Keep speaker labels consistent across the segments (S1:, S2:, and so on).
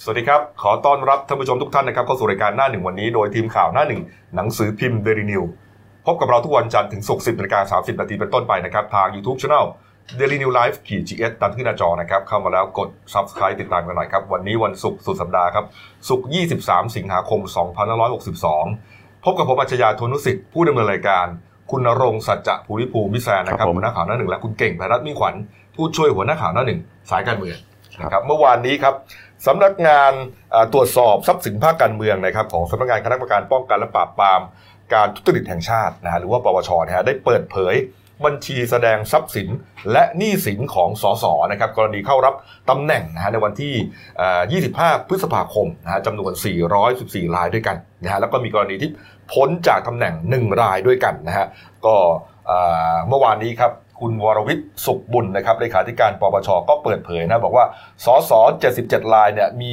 S1: สวัสดีครับ ขอต้อนรับท่านผู้ชมทุกท่านนะครับเข้าสู่รายการหน้าหนึ่งวันนี้โดยทีมข่าวหน้าหนึ่งหนังสือพิมพ์เดลินิวพบกับเราทุกวันจันทร์ถึงศุกร์10นาฬิกา30นาทีเป็นต้นไปนะครับ ทาง YouTube Channel Daily New Life ขีดจีเอสตามขึ้นหน้าจอนะครับ เข้ามาแล้วกด Subscribe ติดตามกันหน่อยครับ วันนี้วันศุกร์สุดสัปดาห์ครับศุกร์23 สิงหาคม2562 พบกับผมอัจฉริยะโทนุสิทธิ์ผู้ดำเนินรายการ คุณณรงค์สัจจะภูริภูมิวิแซนนะครับ
S2: ครับผม
S1: หัวหน้าข่าวหน้าหนึ่งและคุณเก่งไพรัตน์มิ่งขวัญผู้ช่วยหัวหน้าข่าวหน้าหนึ่งสายการเมือง นะครับเมื่อวานนี้ครับสำนักงานเอ่อตรวจสอบทรัพย์สินภาคการเมืองนะครับของสำนักงานคณะกรรมการป้องกันและปราบปรามการทุจริตแห่งชาตินะฮะหรือว่าปปชนะฮะได้เปิดเผยบัญชีแสดงทรัพย์สินและหนี้สินของสสนะครับกรณีเข้ารับตำแหน่งนะฮะในวันที่เอ่อ25 พฤษภาคมนะฮะจำนวน 414 รายด้วยกันนะฮะแล้วก็มีกรณีที่พ้นจากตำแหน่ง 1 รายด้วยกันนะฮะก็เอ่อเมื่อวานนี้ครับ คุณวรวิทย์สุขบุญนะครับเลขาธิการปปชก็เปิดเผยนะบอกว่าสส77รายเนี่ยมี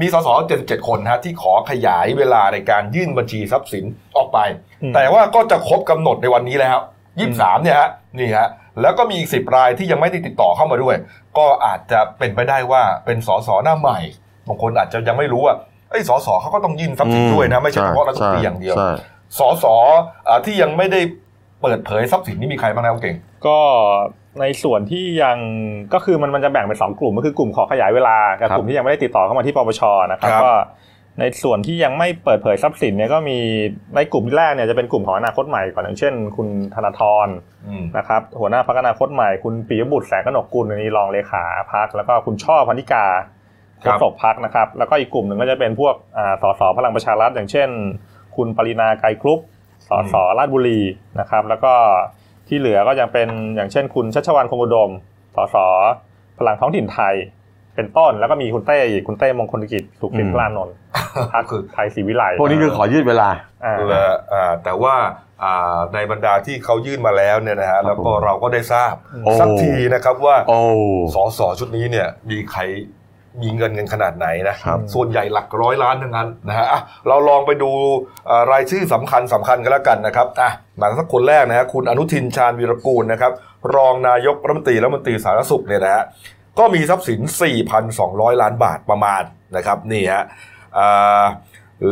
S1: มีสส77 คนนะฮะที่ขอขยายเวลาในการยื่นบัญชีทรัพย์สินออกไป
S2: อืม
S1: แต่ว่าก็จะครบกำหนดในวันนี้แล้ว 23เนี่ยฮะนี่ฮะแล้วก็มีอีก 10 รายที่ยังไม่ได้ติดต่อเข้ามาด้วย ก็อาจจะเป็นไปได้ว่าเป็นสสหน้าใหม่บางคนอาจจะยังไม่รู้ว่าไอ้ยสสเขาก็ต้องยื่นทรัพย์สินด้วยนะไม่ใช่เฉพาะรัฐมนตรีอย่างเดียว
S2: ใช่
S1: สสอ่าที่ยังไม่ได้เปิดเผยทรัพย์สินนี่มีใครบ้างนะคุณเก่ง
S3: ก็ในส่วนที่ยังก็คือมันมันจะแบ่งเป็นสองกลุ่มก็คือกลุ่มขอขยายเวลากับ
S1: ครับ
S3: กลุ่มที่ยังไม่ได้ติดต่อเข้ามาที่ปปชนะครับ
S1: ครับ
S3: ก็ในส่วนที่ยังไม่เปิดเผยทรัพย์สินเนี่ยก็มีในกลุ่มแรกเนี่ยจะเป็นกลุ่มของอนาคตใหม่ก่อนอย่างเช่น คุณธนาธรนะครับหัวหน้าพักอนาคตใหม่คุณปิยบุตรแสงกนกกุลอันนี้รองเลขาพักแล้วก็คุณช่อพันธิกา
S1: ครั
S3: โฆ
S1: บ
S3: ษกพักนะครับแล้วก็อีกกลุ่มหนึ่งก็จะเป็นพวกอ่าสสพลังประชารัฐอย่างเช่น คุณปรินาไกรครุป สสราชบุรีนะครับ แล้วก็ที่เหลือก็ยังเป็นอย่างเช่น คุณชัชวานคงอุดม สสพลังท้องถิ่นไทย เป็นต้นแล้วก็มีคุณเต้อีกคุณเต้มงคลกิจสุขสินพลานนท์พรรคไทยศรีวิไล
S2: พวกนี้คือขอยืดเวลา
S3: อ่า
S1: และอ่าแต่ว่าอ่าในบรรดาที่เขายื่นมาแล้วเนี่ยนะฮะแล้วก็
S2: ผม
S1: เราก็ได้ทราบ
S3: อืม
S2: โอ้
S1: สักทีนะครับว่า
S2: โอ้
S1: สอสอชุดนี้เนี่ยมีใครมีเงินกันขนาดไหนนะครับ ส่วนใหญ่หลักร้อยล้านทั้งนั้นนะฮะอ่ะเราลองไปดูอ่ารายชื่อสำคัญสำคัญกันแล้วกันนะครับอ่ะมาสักคนแรกนะฮะคุณอนุทินชาญวีรกูลนะครับ รองนายกรัฐมนตรีและรัฐมนตรีสาธารณสุขเนี่ยนะฮะก็มีทรัพย์สิน 4,200 ล้านบาทประมาณนะครับนี่ฮะอ่า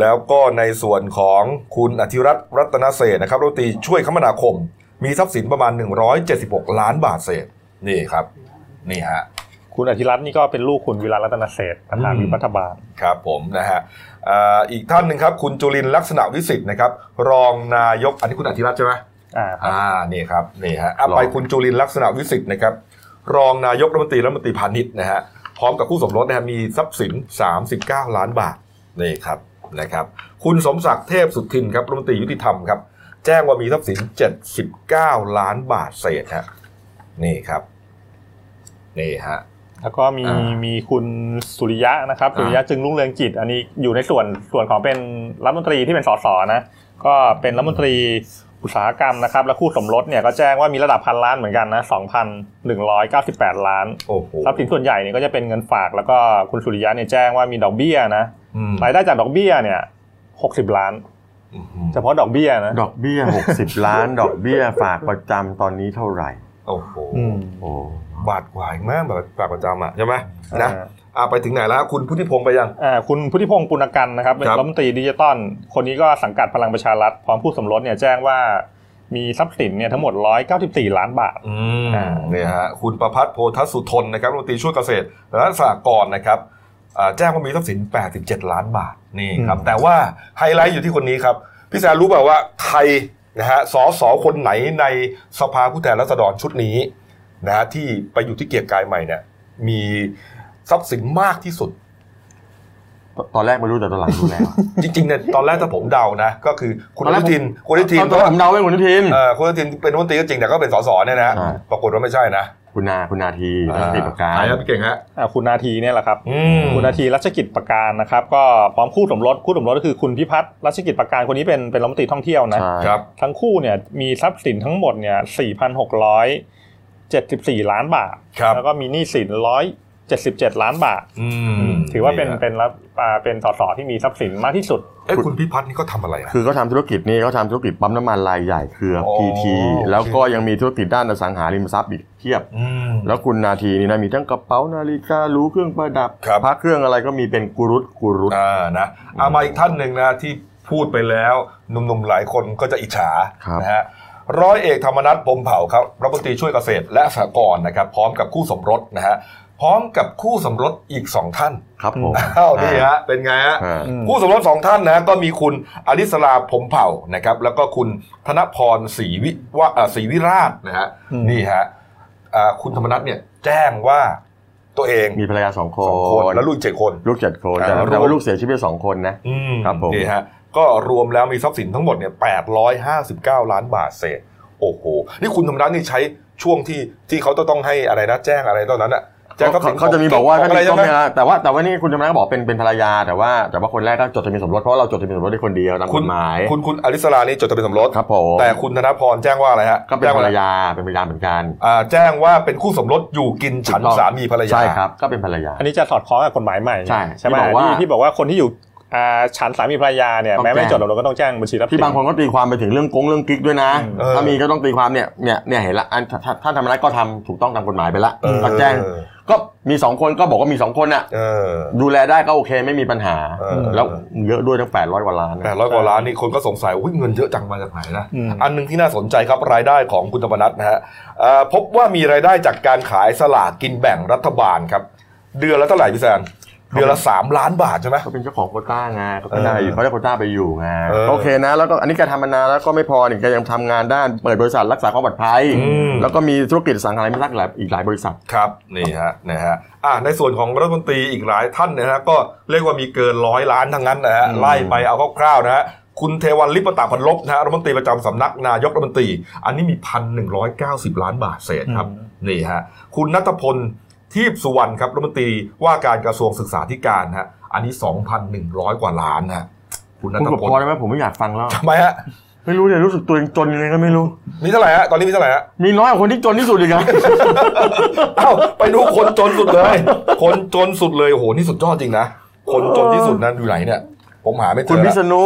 S1: แล้วก็ในส่วนของคุณอธิรัตน์รัตนเศรษฐ์นะครับรัฐมนตรีช่วยคมนาคม มีทรัพย์สินประมาณ 176 ล้านบาทเศษนี่ครับ นี่ฮะ
S3: คุณอธิรัตน์นี่ก็เป็นลูกคุณวิรัตรัตนเศรษฐ์ประธาน
S1: อืม
S3: วิพัฒบาล
S1: ครับผมนะฮะอ่าอีกท่านหนึ่งครับ คุณจุลินลักษณะวิสิทธิ์นะครับ รองนายก อันนี้คุณอธิรัตน์ใช่ไหม
S3: อ่า
S1: อ่านี่ครับนี่ฮะอ่ะ
S2: รอง
S1: ไปคุณจุลินลักษณะวิสิทธิ์นะครับ รองนายกรัฐมนตรีและรัฐมนตรีพาณิชย์นะฮะพร้อมกับคู่สมรสนะฮะมีทรัพย์สิน 39 ล้านบาทนี่ครับนะครับ คุณสมศักดิ์เทพสุทินครับรัฐมนตรียุติธรรมครับ แจ้งว่ามีทรัพย์สิน 79 ล้านบาทเศษฮะนี่ครับนี่ฮะ
S3: แล้วก็มี
S1: อ่า
S3: มีคุณสุริยะนะครับ
S1: อ่า
S3: สุริยะจึงรุ่งเรืองกิจ อันนี้อยู่ในส่วนส่วนของเป็นรัฐมนตรีที่เป็นสสนะ ก็เป็นรัฐมนตรีอุตสาหกรรมนะครับ และคู่สมรสเนี่ยก็แจ้งว่ามีระดับพันล้านเหมือนกันนะ2,198 ล้าน
S1: โอ้โห
S3: ทรัพย์สินส่วนใหญ่เนี่ยก็จะเป็นเงินฝาก แล้วก็คุณสุริยะเนี่ยแจ้งว่ามีดอกเบี้ยนะ
S1: อืม
S3: รายได้จากดอกเบี้ยเนี่ย60 ล้าน
S1: อืม
S3: เฉพาะดอกเบี้ยนะ
S2: ดอกเบี้ย 60 ล้าน ดอกเบี้ยฝากประจำตอนนี้เท่าไหร่
S1: โอ้โห
S3: อืม
S2: โอ้
S1: บาดหวายมากแบบปากประจำอ่ะใช่ไหมนะ
S3: อ่า
S1: อ่ะไปถึงไหนแล้วคุณพุทธิพงศ์ไปยัง
S3: อ่าคุณพุทธิพงศ์ปุณกันนะครับเป็น
S1: ครับ
S3: รัฐมนตรีดิจิตอลคนนี้ก็สังกัดพลังประชารัฐพร้อมผู้สมรสเนี่ยแจ้งว่ามีทรัพย์สินเนี่ยทั้งหมด 194 ล้านบาท
S1: อืม
S3: อ่า
S1: เนี่ยฮะคุณประพัฒน์โพธสุทนนะครับรัฐมนตรีช่วยเกษตรและสหกรณ์นะครับอ่าแจ้งว่ามีทรัพย์สิน 87 ล้านบาทนี่ครับแต่ว่าไฮไลท์อยู่ที่คนนี้ครับ พี่แซนรู้เปล่าว่าใครนะฮะสอสอคนไหนในสภาผู้แทนราษฎรชุดนี้นะฮะที่ไปอยู่ที่เกียรติกายใหม่เนี่ยมีทรัพย์สินมากที่สุด
S2: ตตอนแรกไม่รู้แต่ตอนหลังรู้แล้ว
S1: จริงๆเนี่ยตอนแรกถ้าผมเดานะก็คือคุณอนุทินคุณอนุทิน
S2: ตอนผมเดาเป็นคุณอนุทิน
S1: เอ่อคุณอนุทินเป็นรัฐมนตรีก็จริงแต่ก็เป็นสสเนี่ยนะฮะ
S2: อ่า
S1: ปรากฏว่าไม่ใช่นะ
S2: คุณนาคุณนาทีคุณนาทีประกา
S1: ใครครับพี่เก่งฮะ
S3: อ่าคุณนาทีเนี่ยแหละครับ
S1: อืม
S3: คุณนาทีรัชกิจประการนะครับ ก็พร้อมคู่สมรสคู่สมรสก็คือคุณพิพัฒน์รัชกิจประการคนนี้เป็นเป็นรัฐมนตรีท่องเที่ยวนะ
S2: ใช่
S1: ครับ
S3: ทั้งคู่เนี่ยมีทรัพย์สินทั้งหมดเนี่ย4,674 ล้านบาท
S1: ครับ
S3: แล้วก็มีหนี้สิน 77 ล้านบาท
S1: อืม
S3: ถือว่าเป็น
S2: นี่ฮะ
S3: เป็นรับอ่าเป็นสสที่มีทรัพย์สินมากที่สุด
S1: เอ้ยคุณพิพัฒน์นี่ก็ทำอะไรนะ
S2: คือเขาทำธุรกิจนี่เขาทำธุรกิจปั๊มน้ำมันรายใหญ่เครือ
S1: อ๋อ
S2: PT แล้วก็ยังมีธุรกิจด้านอสังหาริมทรัพย์อีกเพียบ
S1: อืม
S2: แล้วคุณนาทีนี่นะมีทั้งกระเป๋านาฬิกาหรูเครื่องประดับ
S1: ครับ
S2: พระเครื่องอะไรก็มีเป็นกุรุตกุรุต
S1: อ่านะเอามาอีกท่านหนึ่งนะที่พูดไปแล้วหนุ่มๆหลายคนก็จะอิจฉา
S2: ครับ
S1: นะฮะร้อยเอกธรรมนัฐพรหมเผ่าครับรัฐมนตรีช่วยเกษตรและสหกรณ์นะครับ พร้อมกับคู่สมรสนะฮะพร้อมกับคู่สมรสอีกสองท่าน
S2: ครับผม
S1: อ้าวนี่ฮะเป็นไงฮะ
S2: อ่า
S3: อืม
S1: คู่สมรสสองท่านนะฮะก็มีคุณอลิสลาพรหมเผ่านะครับ แล้วก็คุณธนพรศรีวิวะเอ่อศรีวิราชนะฮะ
S3: อืม
S1: นี่ฮะอ่าคุณธรรมนัฐเนี่ยแจ้งว่าตัวเอง
S2: มีภรรยาสองค
S1: สองคน นแล้วลูกอีกเจ็ดคน
S2: ลูกเจ็ดคน
S1: อ่า
S2: แต่
S1: แล้ว
S2: แต่ว่า
S1: ลูก
S2: ลูกเสียชีวิตไปสองคนนะ
S1: อืม
S2: ครับผม
S1: นี่ฮะก็รวมแล้วมีทรัพย์สินทั้งหมดเนี่ย859 ล้านบาทเศษ โอ้โห นี่คุณธรรมรัตน์นี่ใช้ช่วงที่ที่เขาต้องให้อะไรนะแจ้งอะไรตอนนั้นอะแจ้งทรัพย์สิน
S2: เขาจะมีบอกว่า
S1: ขง
S2: ถ้า
S1: อะไร
S2: มี
S1: ใช่
S2: ก็
S1: ไหม
S2: ไม่ละแต่ว่าแต่ว่านี่คุณจำนะก็บอกเป็นเป็นภรรยาแต่ว่าแต่ว่าคนแรกก็จดทะเบียนสมรสเพราะว่าเราจดทะเบียนสมรสได้คนเดียวตามกฎหมาย
S1: คุณคุณอลิสรานี่จดทะเบียนสมรส
S2: ครับผม
S1: แต่คุณธนพรแจ้งว่าอะไรฮะ
S2: ก็เป็น
S1: แจ้ง
S2: ภร
S1: ว่
S2: ร
S1: อะไร
S2: ยาเป็นภรรยาเหมือนกัน
S1: อ่าแจ้งว่าเป็นคู่สมรสอยู่กินฉันสามีภรรยา
S2: ใช่ครับก็เป็นภรรยา
S3: อันนี้จะสอดคล้องกับกฎหมายใหม่
S2: ใช่
S3: ใช่ไหม
S2: ที่บอกว่า
S3: ที่ที่บอกว่าคนที่อยู่อ่าฉันสามีภรรยาเนี่ย
S2: ต้อง
S3: แม้ไม่
S2: แจ้ง
S3: จดเราก็ต้องแจ้งบัญชีทรัพย์สิ
S2: ที่
S3: น
S2: บางคนก็ตีความไปถึงเรื่องกงเรื่องกิ๊กด้วยนะ
S3: อืม
S1: เออ
S2: ถ้ามีก็ต้องตีความเนี่ยเนี่ยเนี่ยเห็นละอันถ้าถ้าถ้าทำอะไรก็ทำถูกต้องตามกฎหมายไปละ
S1: เออ
S2: ก็แจ้งก็มีสองคนก็บอกว่ามีสองคนน่ะ
S1: เออ
S2: ดูแลได้ก็โอเคไม่มีปัญหา
S1: เออ
S2: แล้วเยอะด้วยตั้ง800กว่าล้านนะ
S1: แปดร้อยกว่าล้านนี่คนก็สงสัยว่าเงินเยอะจังมาจากไหนนะ
S3: อืม
S1: อันหนึ่งที่น่าสนใจครับรายได้ของคุณธรรมนัฐนะฮะเอ่อพบว่ามีรายได้จากการขายสลากกินแบ่งรัฐบาลครับ เดือนละเท่าไหร่พี่แซน
S2: ครับ
S1: เดือนละสามล้านบาทใช่ไหม
S2: เขาเป็นเจ้าของโควต้าไงเขาก็
S1: เออ
S2: ได้อยู่เขาได้โควต้าไปอยู่ไง
S1: เออ
S2: โอเคนะ แล้วก็อันนี้แกทำมานานแล้วก็ไม่พอนี่แกยังทำงานด้านเปิดบริษัทรักษาความปลอดภัย
S1: อืม
S2: แล้วก็มีธุรกิจสังหาริมทรัพย์อีกหลายอีกหลายบริษัท
S1: ครับนี่ฮะนะฮะอ่ะในส่วนของรัฐมนตรีอีกหลายท่านนะฮะก็เรียกว่ามีเกินร้อยล้านทั้งนั้นนะฮะ
S2: อืม
S1: ไล่ไปเอาคร่าวๆนะฮะคุณเทวันลิปตาพันลบนะฮะรัฐมนตรีประจำสำนักนายกรัฐมนตรี อันนี้มีพันหนึ่งร้อยเก้าสิบล้านบาทเศษครับ นี่ฮะคุณนัทพลทีพสุวรรณครับรัฐมนตรีว่าการกระทรวงศึกษาธิการฮะอันนี้ 2,100 กว่าล้านฮะคุณนั
S2: คุณ
S1: ท
S2: บอก
S1: พล
S2: พอได้ไหมผมไม่อยากฟังแล้ว
S1: ทำไมฮะ
S2: ไม่รู้เลยรู้สึกตัวเองจนยังไงก็ไม่รู้
S1: มีเท่าไหร่ฮะตอนนี้มีเท่าไหร่ฮะ
S2: มีน้อยกว่าคนที่จนที่สุดอีก นะ
S1: เอ้าไปดูคนจนสุดเลย คนจนสุดเลยโอ้โหนี่สุดยอดจริงนะคนจนที่สุดนั้นอยู่ไหนเนี่ย ผมหาไม่เจ
S2: คุณ
S1: อ
S2: พิ
S1: แล้ว
S2: ษณุ